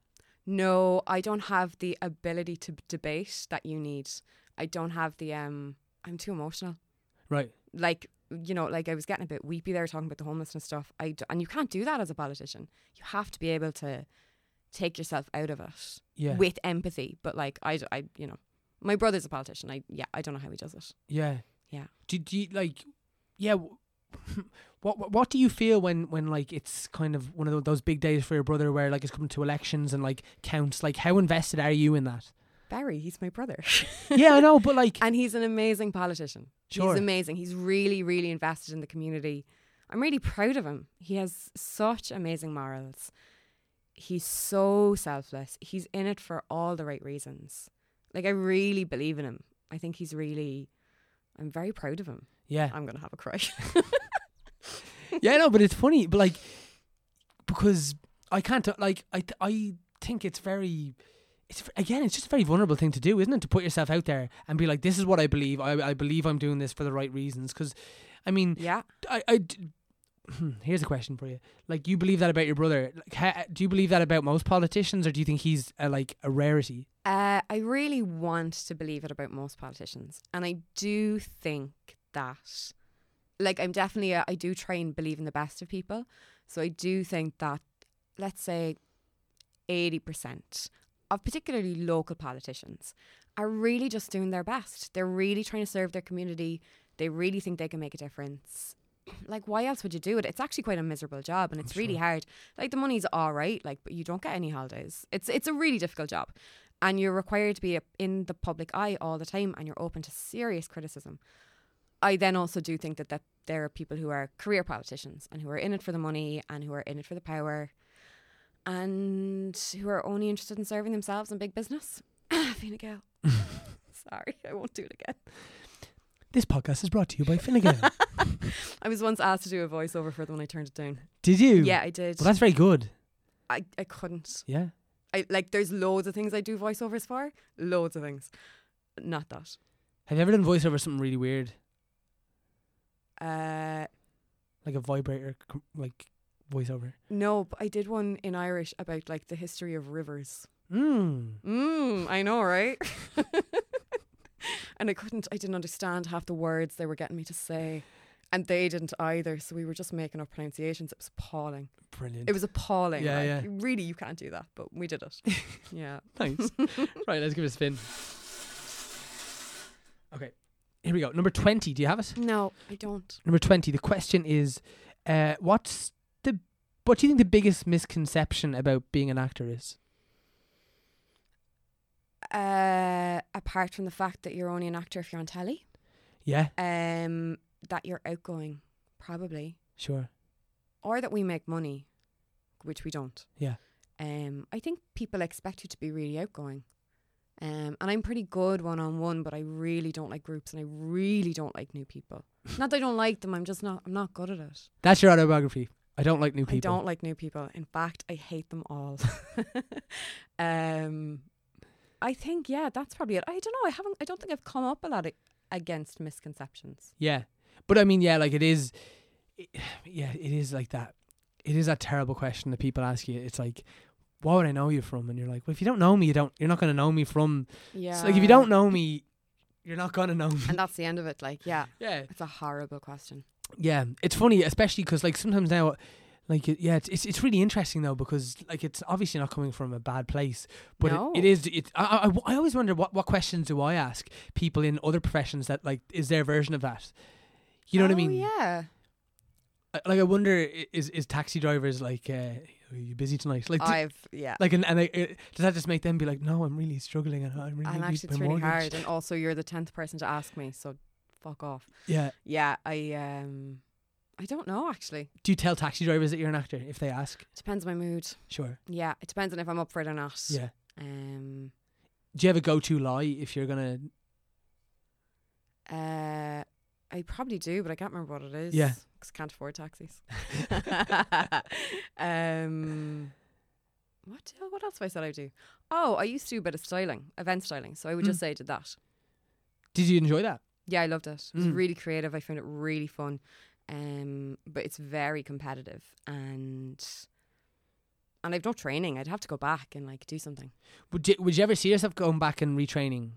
[SPEAKER 3] No, I don't have the ability to b- debate that you need. I don't have the um. I'm too emotional.
[SPEAKER 1] Right.
[SPEAKER 3] like you know like i was getting a bit weepy there talking about the homelessness stuff i d- and you can't do that as a politician you have to be able to take yourself out of it
[SPEAKER 1] Yeah.
[SPEAKER 3] with empathy but like I, d- I- you know my brother's a politician i yeah i don't know how he does it
[SPEAKER 1] Yeah.
[SPEAKER 3] Yeah.
[SPEAKER 1] Do, do you like? Yeah. w- What, what what do you feel when when like it's kind of one of tho- those big days for your brother where like it's coming to elections and like counts like how invested are you in that?
[SPEAKER 3] barry he's my brother
[SPEAKER 1] yeah, I know, but like
[SPEAKER 3] and he's an amazing politician
[SPEAKER 1] Sure.
[SPEAKER 3] he's amazing he's really really invested in the community i'm really proud of him he has such amazing morals he's so selfless he's in it for all the right reasons like i really believe in him i think he's really i'm very proud of him
[SPEAKER 1] yeah,
[SPEAKER 3] i'm gonna have a cry
[SPEAKER 1] yeah, no, but it's funny, but like because I can't uh, like I th- I think it's very it's v- again it's just a very vulnerable thing to do, isn't it? To put yourself out there and be like, this is what I believe. I I believe I'm doing this for the right reasons. Because I mean,
[SPEAKER 3] yeah
[SPEAKER 1] I I d- Hmm, here's a question for you. Like, you believe that about your brother? Like, ha, do you believe that about most politicians, or do you think he's uh, like a rarity?
[SPEAKER 3] Uh, I really want to believe it about most politicians, and I do think that, like, I'm definitely a, I do try and believe in the best of people, so I do think that, let's say, eighty percent of particularly local politicians are really just doing their best. They're really trying to serve their community. They really think they can make a difference. Like, why else would you do it? It's actually quite a miserable job, and it's really hard. Like, the money's all right, like, but you don't get any holidays. It's it's a really difficult job and you're required to be in the public eye all the time and you're open to serious criticism. I then also do think that, that there are people who are career politicians and who are in it for the money and who are in it for the power and who are only interested in serving themselves and big business. Fina Gael. Sorry, I won't do it again.
[SPEAKER 1] This podcast is brought to you by Finnegan.
[SPEAKER 3] I was once asked to do a voiceover for them and I turned it down.
[SPEAKER 1] Did you?
[SPEAKER 3] Yeah, I did.
[SPEAKER 1] Well, that's very good.
[SPEAKER 3] I, I couldn't.
[SPEAKER 1] Yeah.
[SPEAKER 3] I like there's loads of things I do voiceovers for. Loads of things. Not that.
[SPEAKER 1] Have you ever done voiceover something really weird,
[SPEAKER 3] Uh
[SPEAKER 1] like a vibrator, com- like voiceover?
[SPEAKER 3] No, but I did one in Irish about like the history of rivers.
[SPEAKER 1] Mm.
[SPEAKER 3] Mm, I know, right? and I couldn't, I didn't understand half the words they were getting me to say. And they didn't either. So we were just making up pronunciations. It was appalling.
[SPEAKER 1] Brilliant.
[SPEAKER 3] It was appalling.
[SPEAKER 1] Yeah,
[SPEAKER 3] like,
[SPEAKER 1] yeah.
[SPEAKER 3] Really, you can't do that, but we did it. yeah.
[SPEAKER 1] Thanks. right, let's give it a spin. Okay, here we go. Number 20. Do you have it?
[SPEAKER 3] No, I don't.
[SPEAKER 1] Number 20. The question is uh, what's the. What do you think the biggest misconception about being an actor is?
[SPEAKER 3] Uh, apart from the fact that you're only an actor if you're on telly,
[SPEAKER 1] Yeah,
[SPEAKER 3] um, that you're outgoing, probably.
[SPEAKER 1] sure.
[SPEAKER 3] or that we make money, which we don't.
[SPEAKER 1] Yeah.
[SPEAKER 3] Um, I think people expect you to be really outgoing. Um, and I'm pretty good one on one, but I really don't like groups, and I really don't like new people. not that I don't like them, I'm just not. I'm not good at it.
[SPEAKER 1] That's your autobiography. I don't like new people.
[SPEAKER 3] I don't like new people. In fact, I hate them all. um, I think yeah, that's probably it. I don't know. I haven't. I don't think I've come up a lot a- against misconceptions.
[SPEAKER 1] Yeah, but I mean, yeah, like it is. It, yeah, it is like that. It is that terrible question that people ask you. It's like, what would I know you from? And you're like, well, if you don't know me, you don't. You're not gonna know me from.
[SPEAKER 3] Yeah.
[SPEAKER 1] It's like if you don't know me, you're not gonna know me.
[SPEAKER 3] And that's the end of it. Like, yeah,
[SPEAKER 1] Yeah,
[SPEAKER 3] it's a horrible question.
[SPEAKER 1] yeah. It's funny, especially because like sometimes now, like it- yeah, it's, it's it's really interesting though because like it's obviously not coming from a bad place, but
[SPEAKER 3] No.
[SPEAKER 1] it, it is. It I, I I always wonder what what questions do I ask people in other professions that like is their version of that. You know what I
[SPEAKER 3] Oh,
[SPEAKER 1] mean?
[SPEAKER 3] Yeah.
[SPEAKER 1] I- like I wonder i- is is taxi drivers like uh, are you busy tonight? Like d-
[SPEAKER 3] I've yeah.
[SPEAKER 1] like and, and I, uh, does that just make them be like no I'm really struggling and I'm really
[SPEAKER 3] and
[SPEAKER 1] need
[SPEAKER 3] actually,
[SPEAKER 1] my
[SPEAKER 3] it's really
[SPEAKER 1] mortgage."
[SPEAKER 3] hard. And also, you're the tenth person to ask me, so fuck off.
[SPEAKER 1] Yeah.
[SPEAKER 3] Yeah, I um, I don't know actually.
[SPEAKER 1] Do you tell taxi drivers that you're an actor if they ask?
[SPEAKER 3] Depends on my mood.
[SPEAKER 1] Sure.
[SPEAKER 3] Yeah, it depends on if I'm up for it or not.
[SPEAKER 1] Yeah.
[SPEAKER 3] Um.
[SPEAKER 1] Do you have a go-to lie if you're gonna?
[SPEAKER 3] Uh. I probably do, but I can't remember what it is.
[SPEAKER 1] Yeah.
[SPEAKER 3] 'cause I can't afford taxis. um. What do- what else have I said I do? Oh, I used to do a bit of styling, event styling. So I would just
[SPEAKER 1] Mm.
[SPEAKER 3] say I did that.
[SPEAKER 1] Did you enjoy that?
[SPEAKER 3] Yeah, I loved it. It was
[SPEAKER 1] Mm.
[SPEAKER 3] really creative. I found it really fun. Um, but it's very competitive and and I've no training. I'd have to go back and like do something.
[SPEAKER 1] Would you Would you ever see yourself going back and retraining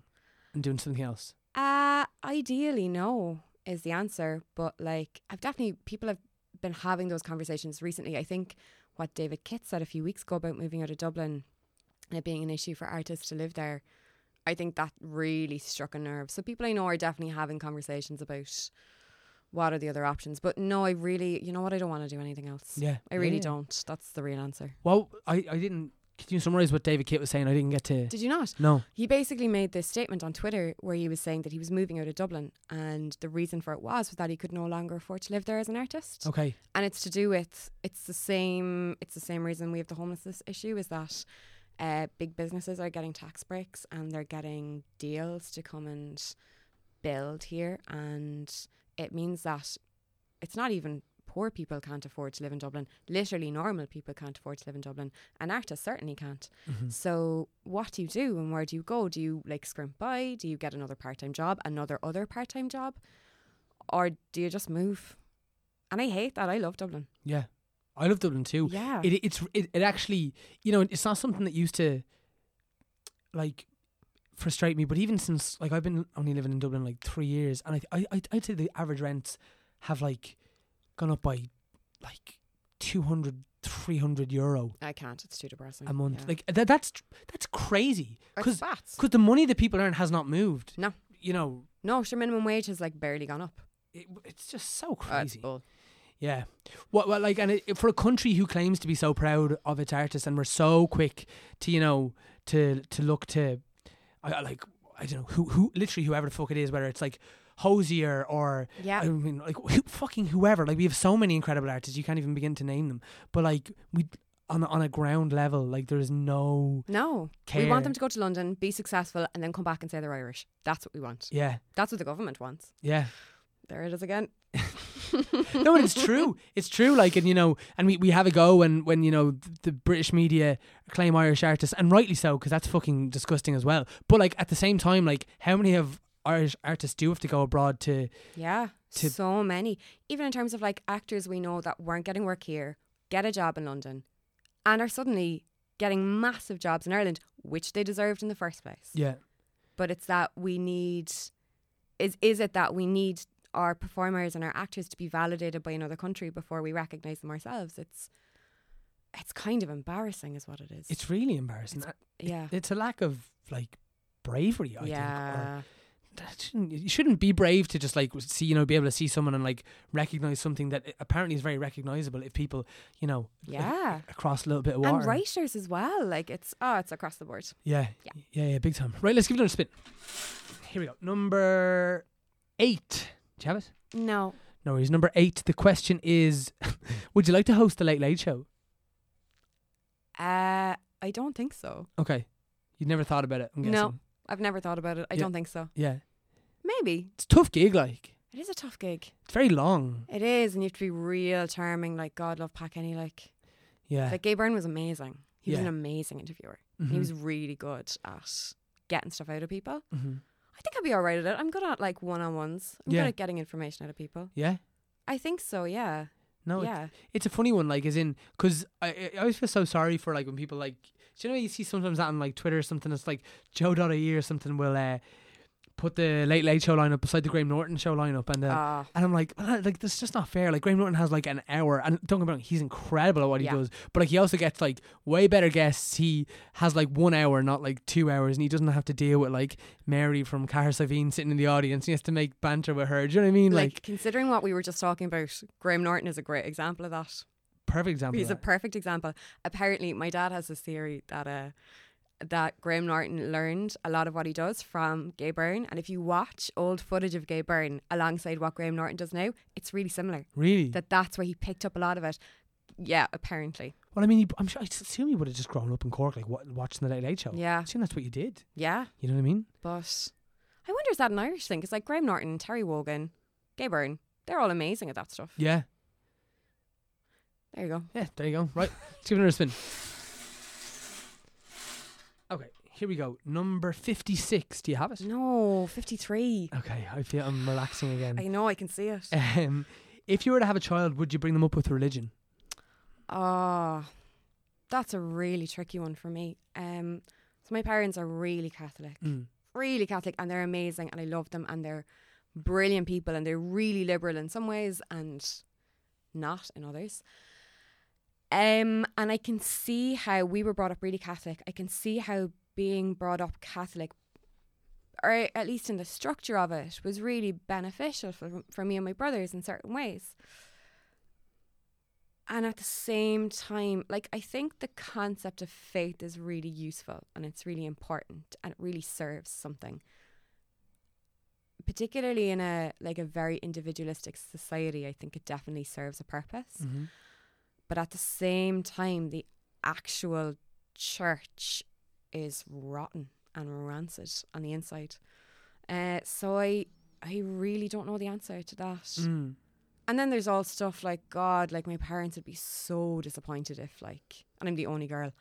[SPEAKER 1] and doing something else?
[SPEAKER 3] Uh ideally no is the answer. But like I've definitely people have been having those conversations recently. I think what David Kitt said a few weeks ago about moving out of Dublin and it being an issue for artists to live there. I think that really struck a nerve. So people I know are definitely having conversations about what are the other options. But no, I really you know what, I don't want to do anything else.
[SPEAKER 1] Yeah,
[SPEAKER 3] I really don't. That's the real answer.
[SPEAKER 1] Well, I I didn't. Can you summarize what David Kitt was saying? I didn't get to.
[SPEAKER 3] Did you not?
[SPEAKER 1] no.
[SPEAKER 3] He basically made this statement on Twitter where he was saying that he was moving out of Dublin, and the reason for it was was that he could no longer afford to live there as an artist.
[SPEAKER 1] Okay.
[SPEAKER 3] And it's to do with it's the same it's the same reason we have the homelessness issue is that uh, big businesses are getting tax breaks and they're getting deals to come and build here, and it means that it's not even poor people can't afford to live in Dublin. Literally, normal people can't afford to live in Dublin, and artists certainly can't.
[SPEAKER 1] Mhm.
[SPEAKER 3] So what do you do and where do you go? Do you like scrimp by? Do you get another part time job, another other part time job? Or do you just move? And I hate that. I love Dublin.
[SPEAKER 1] Yeah. I love Dublin too.
[SPEAKER 3] Yeah.
[SPEAKER 1] it it's it, it actually you know it's not something that used to like frustrate me but even since like i've been only living in dublin like three years and i i i'd say the average rents have like gone up by like 200 300 euro
[SPEAKER 3] I can't. It's too depressing.
[SPEAKER 1] a month
[SPEAKER 3] Yeah.
[SPEAKER 1] like that, that's that's crazy
[SPEAKER 3] Or
[SPEAKER 1] because
[SPEAKER 3] spats.
[SPEAKER 1] because the money that people earn has not moved
[SPEAKER 3] No.
[SPEAKER 1] you know
[SPEAKER 3] No, sure, minimum wage has like barely gone up.
[SPEAKER 1] it, it's just so
[SPEAKER 3] Uh, it's
[SPEAKER 1] crazy
[SPEAKER 3] bull.
[SPEAKER 1] yeah. What, what like and it, for a country who claims to be so proud of its artists and we're so quick to you know to to look to I, I like I don't know who who literally whoever the fuck it is whether it's like Hosier or
[SPEAKER 3] Yeah.
[SPEAKER 1] I mean like who, fucking whoever like we have so many incredible artists you can't even begin to name them but like we on a, on a ground level like there is no
[SPEAKER 3] no. We want
[SPEAKER 1] care.
[SPEAKER 3] them to go to London, be successful, and then come back and say they're Irish. That's what we want.
[SPEAKER 1] yeah
[SPEAKER 3] That's what the government wants.
[SPEAKER 1] yeah
[SPEAKER 3] There it is again.
[SPEAKER 1] no, but it's true. It's true. Like, and you know, and we, we have a go when when you know the, the British media claim Irish artists, and rightly so, because that's fucking disgusting as well. But like at the same time, like how many of Irish artists do have to go abroad to?
[SPEAKER 3] Yeah,
[SPEAKER 1] to-
[SPEAKER 3] so many. Even in terms of like actors we know that weren't getting work here, get a job in London, and are suddenly getting massive jobs in Ireland, which they deserved in the first place.
[SPEAKER 1] Yeah,
[SPEAKER 3] But it's that we need is is it that we need our performers and our actors to be validated by another country before we recognize them ourselves? It's it's kind of embarrassing, is what it is.
[SPEAKER 1] it's really embarrassing. It-
[SPEAKER 3] yeah,
[SPEAKER 1] it's a lack of like bravery. I think. or
[SPEAKER 3] yeah,
[SPEAKER 1] That shouldn't, you shouldn't be brave to just like see you know be able to see someone and like recognize something that eh, apparently is very recognizable if people you know
[SPEAKER 3] yeah.
[SPEAKER 1] across a little bit of water
[SPEAKER 3] And writers as well. Like it's oh, it's across the board.
[SPEAKER 1] Yeah.
[SPEAKER 3] Yeah.
[SPEAKER 1] Yeah, yeah, big time. Right, let's give it another spin. Here we go. Number eight. Do you have it?
[SPEAKER 3] No,
[SPEAKER 1] No worries. Number eight. The question is Would you like to host the Late Late Show?
[SPEAKER 3] uh, I don't think so.
[SPEAKER 1] Okay. You'd never thought about it, I'm
[SPEAKER 3] No.
[SPEAKER 1] guessing.
[SPEAKER 3] I've never thought about it. I
[SPEAKER 1] Yeah.
[SPEAKER 3] don't think so.
[SPEAKER 1] Yeah.
[SPEAKER 3] Maybe.
[SPEAKER 1] It's a tough gig, like.
[SPEAKER 3] It is a tough gig.
[SPEAKER 1] It's very long.
[SPEAKER 3] It is, and you have to be real charming, like God love Pat Kenny. Like,
[SPEAKER 1] Yeah.
[SPEAKER 3] like Gay Byrne was amazing. He was
[SPEAKER 1] Uh. Yeah.
[SPEAKER 3] an amazing interviewer.
[SPEAKER 1] Mhm.
[SPEAKER 3] He was really good at getting stuff out of people. I
[SPEAKER 1] Mhm.
[SPEAKER 3] think I'd be all right at it. I'm good at like one on ones. I'm
[SPEAKER 1] Yeah.
[SPEAKER 3] good at getting information out of people.
[SPEAKER 1] Yeah.
[SPEAKER 3] I think so, yeah.
[SPEAKER 1] No, it-
[SPEAKER 3] yeah.
[SPEAKER 1] it's a funny one, like, as in, because I, I- I always feel so sorry for, like, when people, like, do you know, you see sometimes that on, like, Twitter or something, it's like Joe.ie or something will uh, put the Late Late Show lineup beside the Graham Norton Show lineup, and uh,
[SPEAKER 3] Ah,
[SPEAKER 1] and I'm like, "Well, like this is just not fair. Like Graham Norton has like an hour, and don't get me wrong, he's incredible at what he
[SPEAKER 3] Yeah.
[SPEAKER 1] does. But like he also gets like way better guests. He has like one hour, not like two hours, and he doesn't have to deal with like Mary from Car Savine sitting in the audience. He has to make banter with her. Do you know what I mean? Like,
[SPEAKER 3] like, considering what we were just talking about, Graham Norton is a great example of that.
[SPEAKER 1] perfect example.
[SPEAKER 3] He's
[SPEAKER 1] He's
[SPEAKER 3] a perfect example. Apparently, my dad has this theory that uh, that Graham Norton learned a lot of what he does from Gay Byrne, and if you watch old footage of Gay Byrne alongside what Graham Norton does now, it's really similar.
[SPEAKER 1] really.
[SPEAKER 3] That that's where he picked up a lot of it. Yeah, apparently.
[SPEAKER 1] well, I mean, he- I'm sure. I assume he would have just grown up in Cork, like wa- watching the Late Late Show. I
[SPEAKER 3] Yeah,
[SPEAKER 1] assume that's what you did.
[SPEAKER 3] yeah.
[SPEAKER 1] You know what I mean?
[SPEAKER 3] But I wonder is that an Irish thing? Because like Graham Norton, Terry Wogan, Gay Byrne, they're all amazing at that stuff.
[SPEAKER 1] Yeah.
[SPEAKER 3] There you go.
[SPEAKER 1] Yeah. There you go. Right. Let's give it another spin. Okay. Here we go. Number fifty-six. Do you have it?
[SPEAKER 3] No, fifty-three.
[SPEAKER 1] Okay, I feel I'm relaxing
[SPEAKER 3] I
[SPEAKER 1] again.
[SPEAKER 3] know. I can see it.
[SPEAKER 1] Um, if you were to have a child, would you bring them up with religion?
[SPEAKER 3] Ah, that's a really tricky one for me. Um, so my parents are really Catholic,
[SPEAKER 1] Mm.
[SPEAKER 3] really Catholic, and they're amazing, and I love them, and they're brilliant people, and they're really liberal in some ways, and not in others. Um, and I can see how we were brought up really Catholic. I can see how being brought up Catholic, or at least in the structure of it, was really beneficial for, for me and my brothers in certain ways. And at the same time, like I think the concept of faith is really useful and it's really important and it really serves something. Particularly in a like a very individualistic society, I think it definitely serves a purpose.
[SPEAKER 1] Mm-hmm.
[SPEAKER 3] But at the same time, the actual church is rotten and rancid on the inside. Uh, so I I really don't know the answer to that.
[SPEAKER 1] Mm.
[SPEAKER 3] And then there's all stuff like God, like my parents would be so disappointed if like, and I'm the only girl,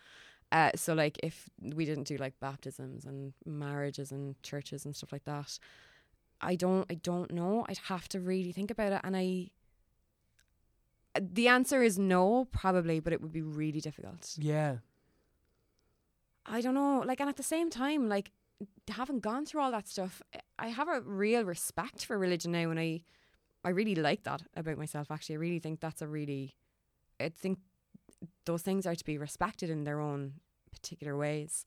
[SPEAKER 3] uh, so like if we didn't do like baptisms and marriages and churches and stuff like that, I don't, I don't know. I'd have to really think about it, and I. uh, The answer is no, probably, but it would be really difficult.
[SPEAKER 1] Yeah.
[SPEAKER 3] I don't know, like, and at the same time, like, having gone through all that stuff, eh, I have a real respect for religion now, and I, I really like that about myself. Actually, I really think that's a really, I think those things are to be respected in their own particular ways,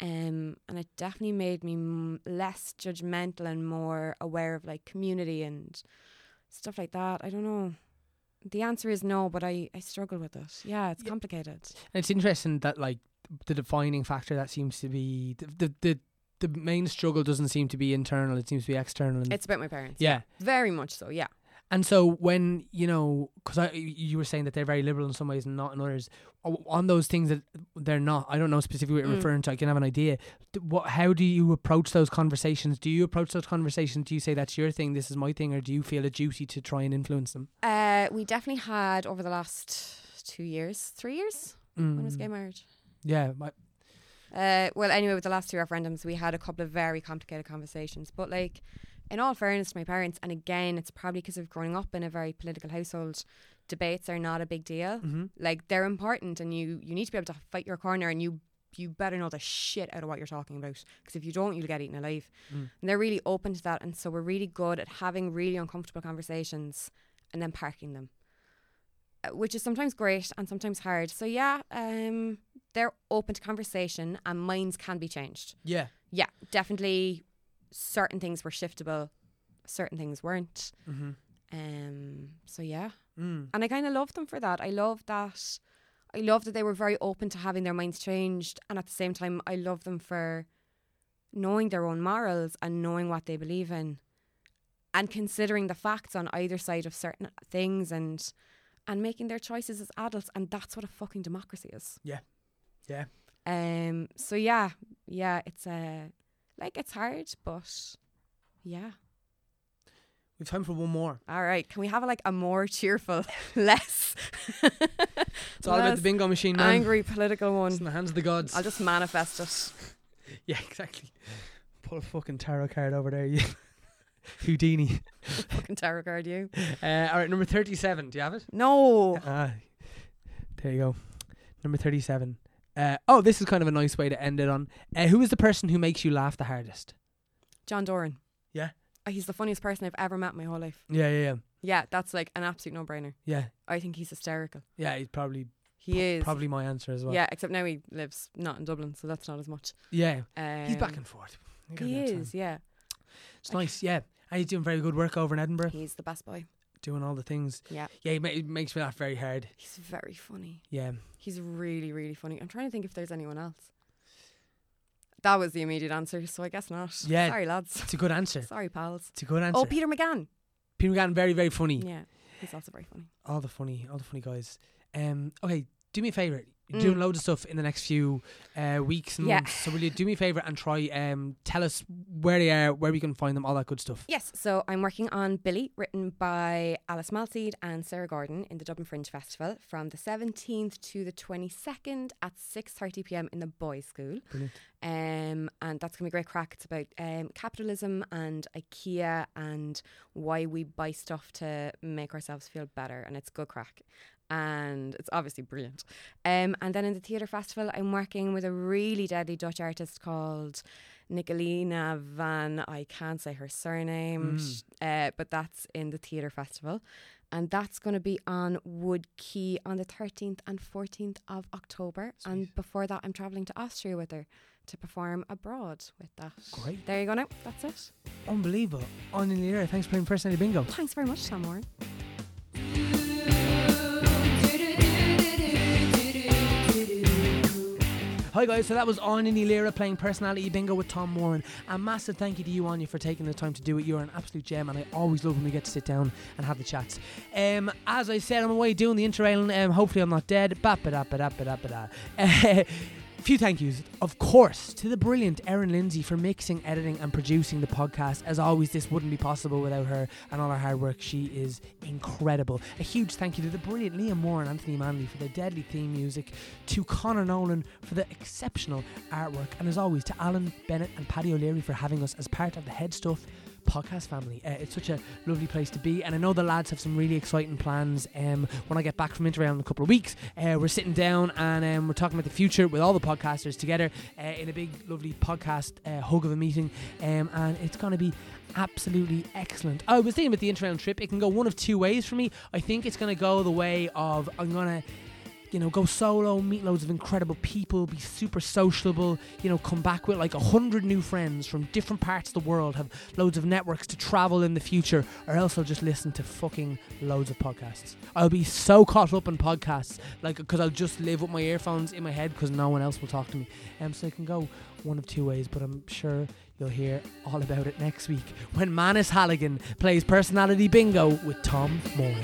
[SPEAKER 3] um, and it definitely made me m- less judgmental and more aware of like community and stuff like that. I don't know. The answer is no, but I, I struggle with it. Yeah, it's
[SPEAKER 1] Yeah. Mm.
[SPEAKER 3] complicated.
[SPEAKER 1] And it's interesting that like the defining factor that seems to be the the the, the main struggle doesn't seem to be internal; it seems to be external. And
[SPEAKER 3] It's about my parents.
[SPEAKER 1] yeah.
[SPEAKER 3] Very much so, yeah.
[SPEAKER 1] And so when you know, because you were saying that they're very liberal in some ways and not in others, o- on those things that they're not, I don't know specifically what you're
[SPEAKER 3] Mm.
[SPEAKER 1] referring to. I can have an idea. D- What? How do you approach those conversations? Do you approach those conversations? Do you say that's your thing, this is my thing, or do you feel a duty to try and influence them?
[SPEAKER 3] Uh, we definitely had over the last two years, three years. When was
[SPEAKER 1] Mm.
[SPEAKER 3] gay marriage?
[SPEAKER 1] Yeah, my,
[SPEAKER 3] Uh, well, anyway, with the last two referendums, we had a couple of very complicated conversations. But like, in all fairness to my parents, and again, it's probably because of growing up in a very political household. Debates are not a big deal.
[SPEAKER 1] Mhm.
[SPEAKER 3] Like they're important, and you you need to be able to fight your corner, and you you better know the shit out of what you're talking about. Because if you don't, you'll get eaten alive.
[SPEAKER 1] Mm.
[SPEAKER 3] And they're really open to that, and so we're really good at having really uncomfortable conversations and then parking them, Uh, which is sometimes great and sometimes hard. So yeah, um, they're open to conversation and minds can be changed.
[SPEAKER 1] yeah,
[SPEAKER 3] Yeah, definitely certain things were shiftable, certain things weren't.
[SPEAKER 1] mm-hmm.
[SPEAKER 3] Um so yeah.
[SPEAKER 1] mm.
[SPEAKER 3] And I kind of love them for that. I love that I love that they were very open to having their minds changed and at the same time I love them for knowing their own morals and knowing what they believe in and considering the facts on either side of certain things and and making their choices as adults and that's what a fucking democracy is.
[SPEAKER 1] Yeah. Yeah.
[SPEAKER 3] Um so yeah, yeah, it's uh, like it's hard but yeah.
[SPEAKER 1] We've time for one more.
[SPEAKER 3] All right, can we have like a more cheerful less
[SPEAKER 1] It's all about the bingo machine, man.
[SPEAKER 3] angry political
[SPEAKER 1] It's
[SPEAKER 3] one.
[SPEAKER 1] in the hands of the gods.
[SPEAKER 3] I'll just manifest it.
[SPEAKER 1] yeah, exactly. Pull a fucking tarot card over there, you Houdini.
[SPEAKER 3] Fucking tarot card, you.
[SPEAKER 1] Uh, all right, number 37. Do you have it?
[SPEAKER 3] No.
[SPEAKER 1] Ah, there you go. Number 37. Uh, oh, this is kind of a nice way to end it on. Uh, who is the person who makes you laugh the hardest?
[SPEAKER 3] John Doran.
[SPEAKER 1] Yeah.
[SPEAKER 3] Uh, He's the funniest person I've ever met in my whole life.
[SPEAKER 1] Yeah, yeah, yeah.
[SPEAKER 3] Yeah, that's like an absolute no brainer.
[SPEAKER 1] Yeah,
[SPEAKER 3] I think he's hysterical.
[SPEAKER 1] yeah he's probably
[SPEAKER 3] He is.
[SPEAKER 1] probably my answer as well.
[SPEAKER 3] Yeah, except now he lives not in Dublin, so that's not as much.
[SPEAKER 1] Yeah,
[SPEAKER 3] Um,
[SPEAKER 1] he's back and forth. You gotta
[SPEAKER 3] He
[SPEAKER 1] give him
[SPEAKER 3] is,
[SPEAKER 1] time.
[SPEAKER 3] yeah.
[SPEAKER 1] It's nice, yeah. And he's doing very good work over in Edinburgh,
[SPEAKER 3] He's the best boy.
[SPEAKER 1] doing all the things.
[SPEAKER 3] Yeah.
[SPEAKER 1] Yeah, he ma- it makes me laugh very hard.
[SPEAKER 3] He's very funny.
[SPEAKER 1] Yeah.
[SPEAKER 3] He's really, really funny. I'm trying to think if there's anyone else. That was the immediate answer, so I guess not.
[SPEAKER 1] Yeah.
[SPEAKER 3] Sorry, lads.
[SPEAKER 1] It's a good answer.
[SPEAKER 3] Sorry, pals.
[SPEAKER 1] It's a good answer.
[SPEAKER 3] Oh, Peter McGann.
[SPEAKER 1] Peter McGann, very, very funny.
[SPEAKER 3] Yeah, he's also very funny.
[SPEAKER 1] All the funny, all the funny guys. Um, okay, do me a favor. You're doing
[SPEAKER 3] Mm.
[SPEAKER 1] loads of stuff in the next few uh, weeks and
[SPEAKER 3] Yeah.
[SPEAKER 1] months. So will you do me a favor and try um tell us where they are, where we can find them, all that good stuff.
[SPEAKER 3] Yes, so I'm working on Billy, written by Alice Malseed and Sarah Gordon in the Dublin Fringe Festival from the 17th to the 22nd at 6:30 p.m. in the Boys' School.
[SPEAKER 1] Brilliant.
[SPEAKER 3] Um, and that's gonna be a great crack. It's about um, capitalism and IKEA and why we buy stuff to make ourselves feel better, and it's good crack. And it's obviously brilliant. Um, and then in the theatre festival, I'm working with a really deadly Dutch artist called Nicolina van. I can't say her surname, sh uh, but that's in the theatre festival, and that's going to be on Wood Key on the 13th and 14th of October. And before that, I'm travelling to Austria with her to perform abroad with that.
[SPEAKER 1] Great.
[SPEAKER 3] There you go. Now that's it.
[SPEAKER 1] Unbelievable. On in the air. Thanks for playing personality bingo.
[SPEAKER 3] Thanks very much, Sam Warren.
[SPEAKER 1] Hi guys, so that was Anya Lira playing Personality Bingo with Tom Warren. A massive thank you to you, Anya, for taking the time to do it. You're an absolute gem, and I always love when we get to sit down and have the chats. Um, as I said, I'm away doing the interrailing. Um, hopefully, I'm not dead. Ba ba da ba da ba da ba da. Few thank yous, of course, to the brilliant Erin Lindsay for mixing, editing, and producing the podcast. As always, this wouldn't be possible without her and all her hard work. She is incredible. A huge thank you to the brilliant Liam Moore and Anthony Manley for their deadly theme music, to Connor Nolan for the exceptional artwork, and as always, to Alan Bennett and Paddy O'Leary for having us as part of the Head Stuff podcast family. Uh, it's such a lovely place to be, and I know the lads have some really exciting plans. Um, when I get back from Interrail in a couple of weeks, uh, we're sitting down and um, we're talking about the future with all the podcasters together uh, in a big, lovely podcast uh, hug of a meeting, um, and it's going to be absolutely excellent. I was thinking about the Interrail trip; it can go one of two ways for me. I think it's going to go the way of I'm going to you know, go solo, meet loads of incredible people, be super sociable, you know, come back with like a hundred new friends from different parts of the world, have loads of networks to travel in the future, or else I'll just listen to fucking loads of podcasts. I'll be so caught up in podcasts, like, because I'll just live with my earphones in my head because no one else will talk to me. Um, so I can go one of two ways, but I'm sure you'll hear all about it next week when Manus Halligan plays Personality Bingo with Tom Moran.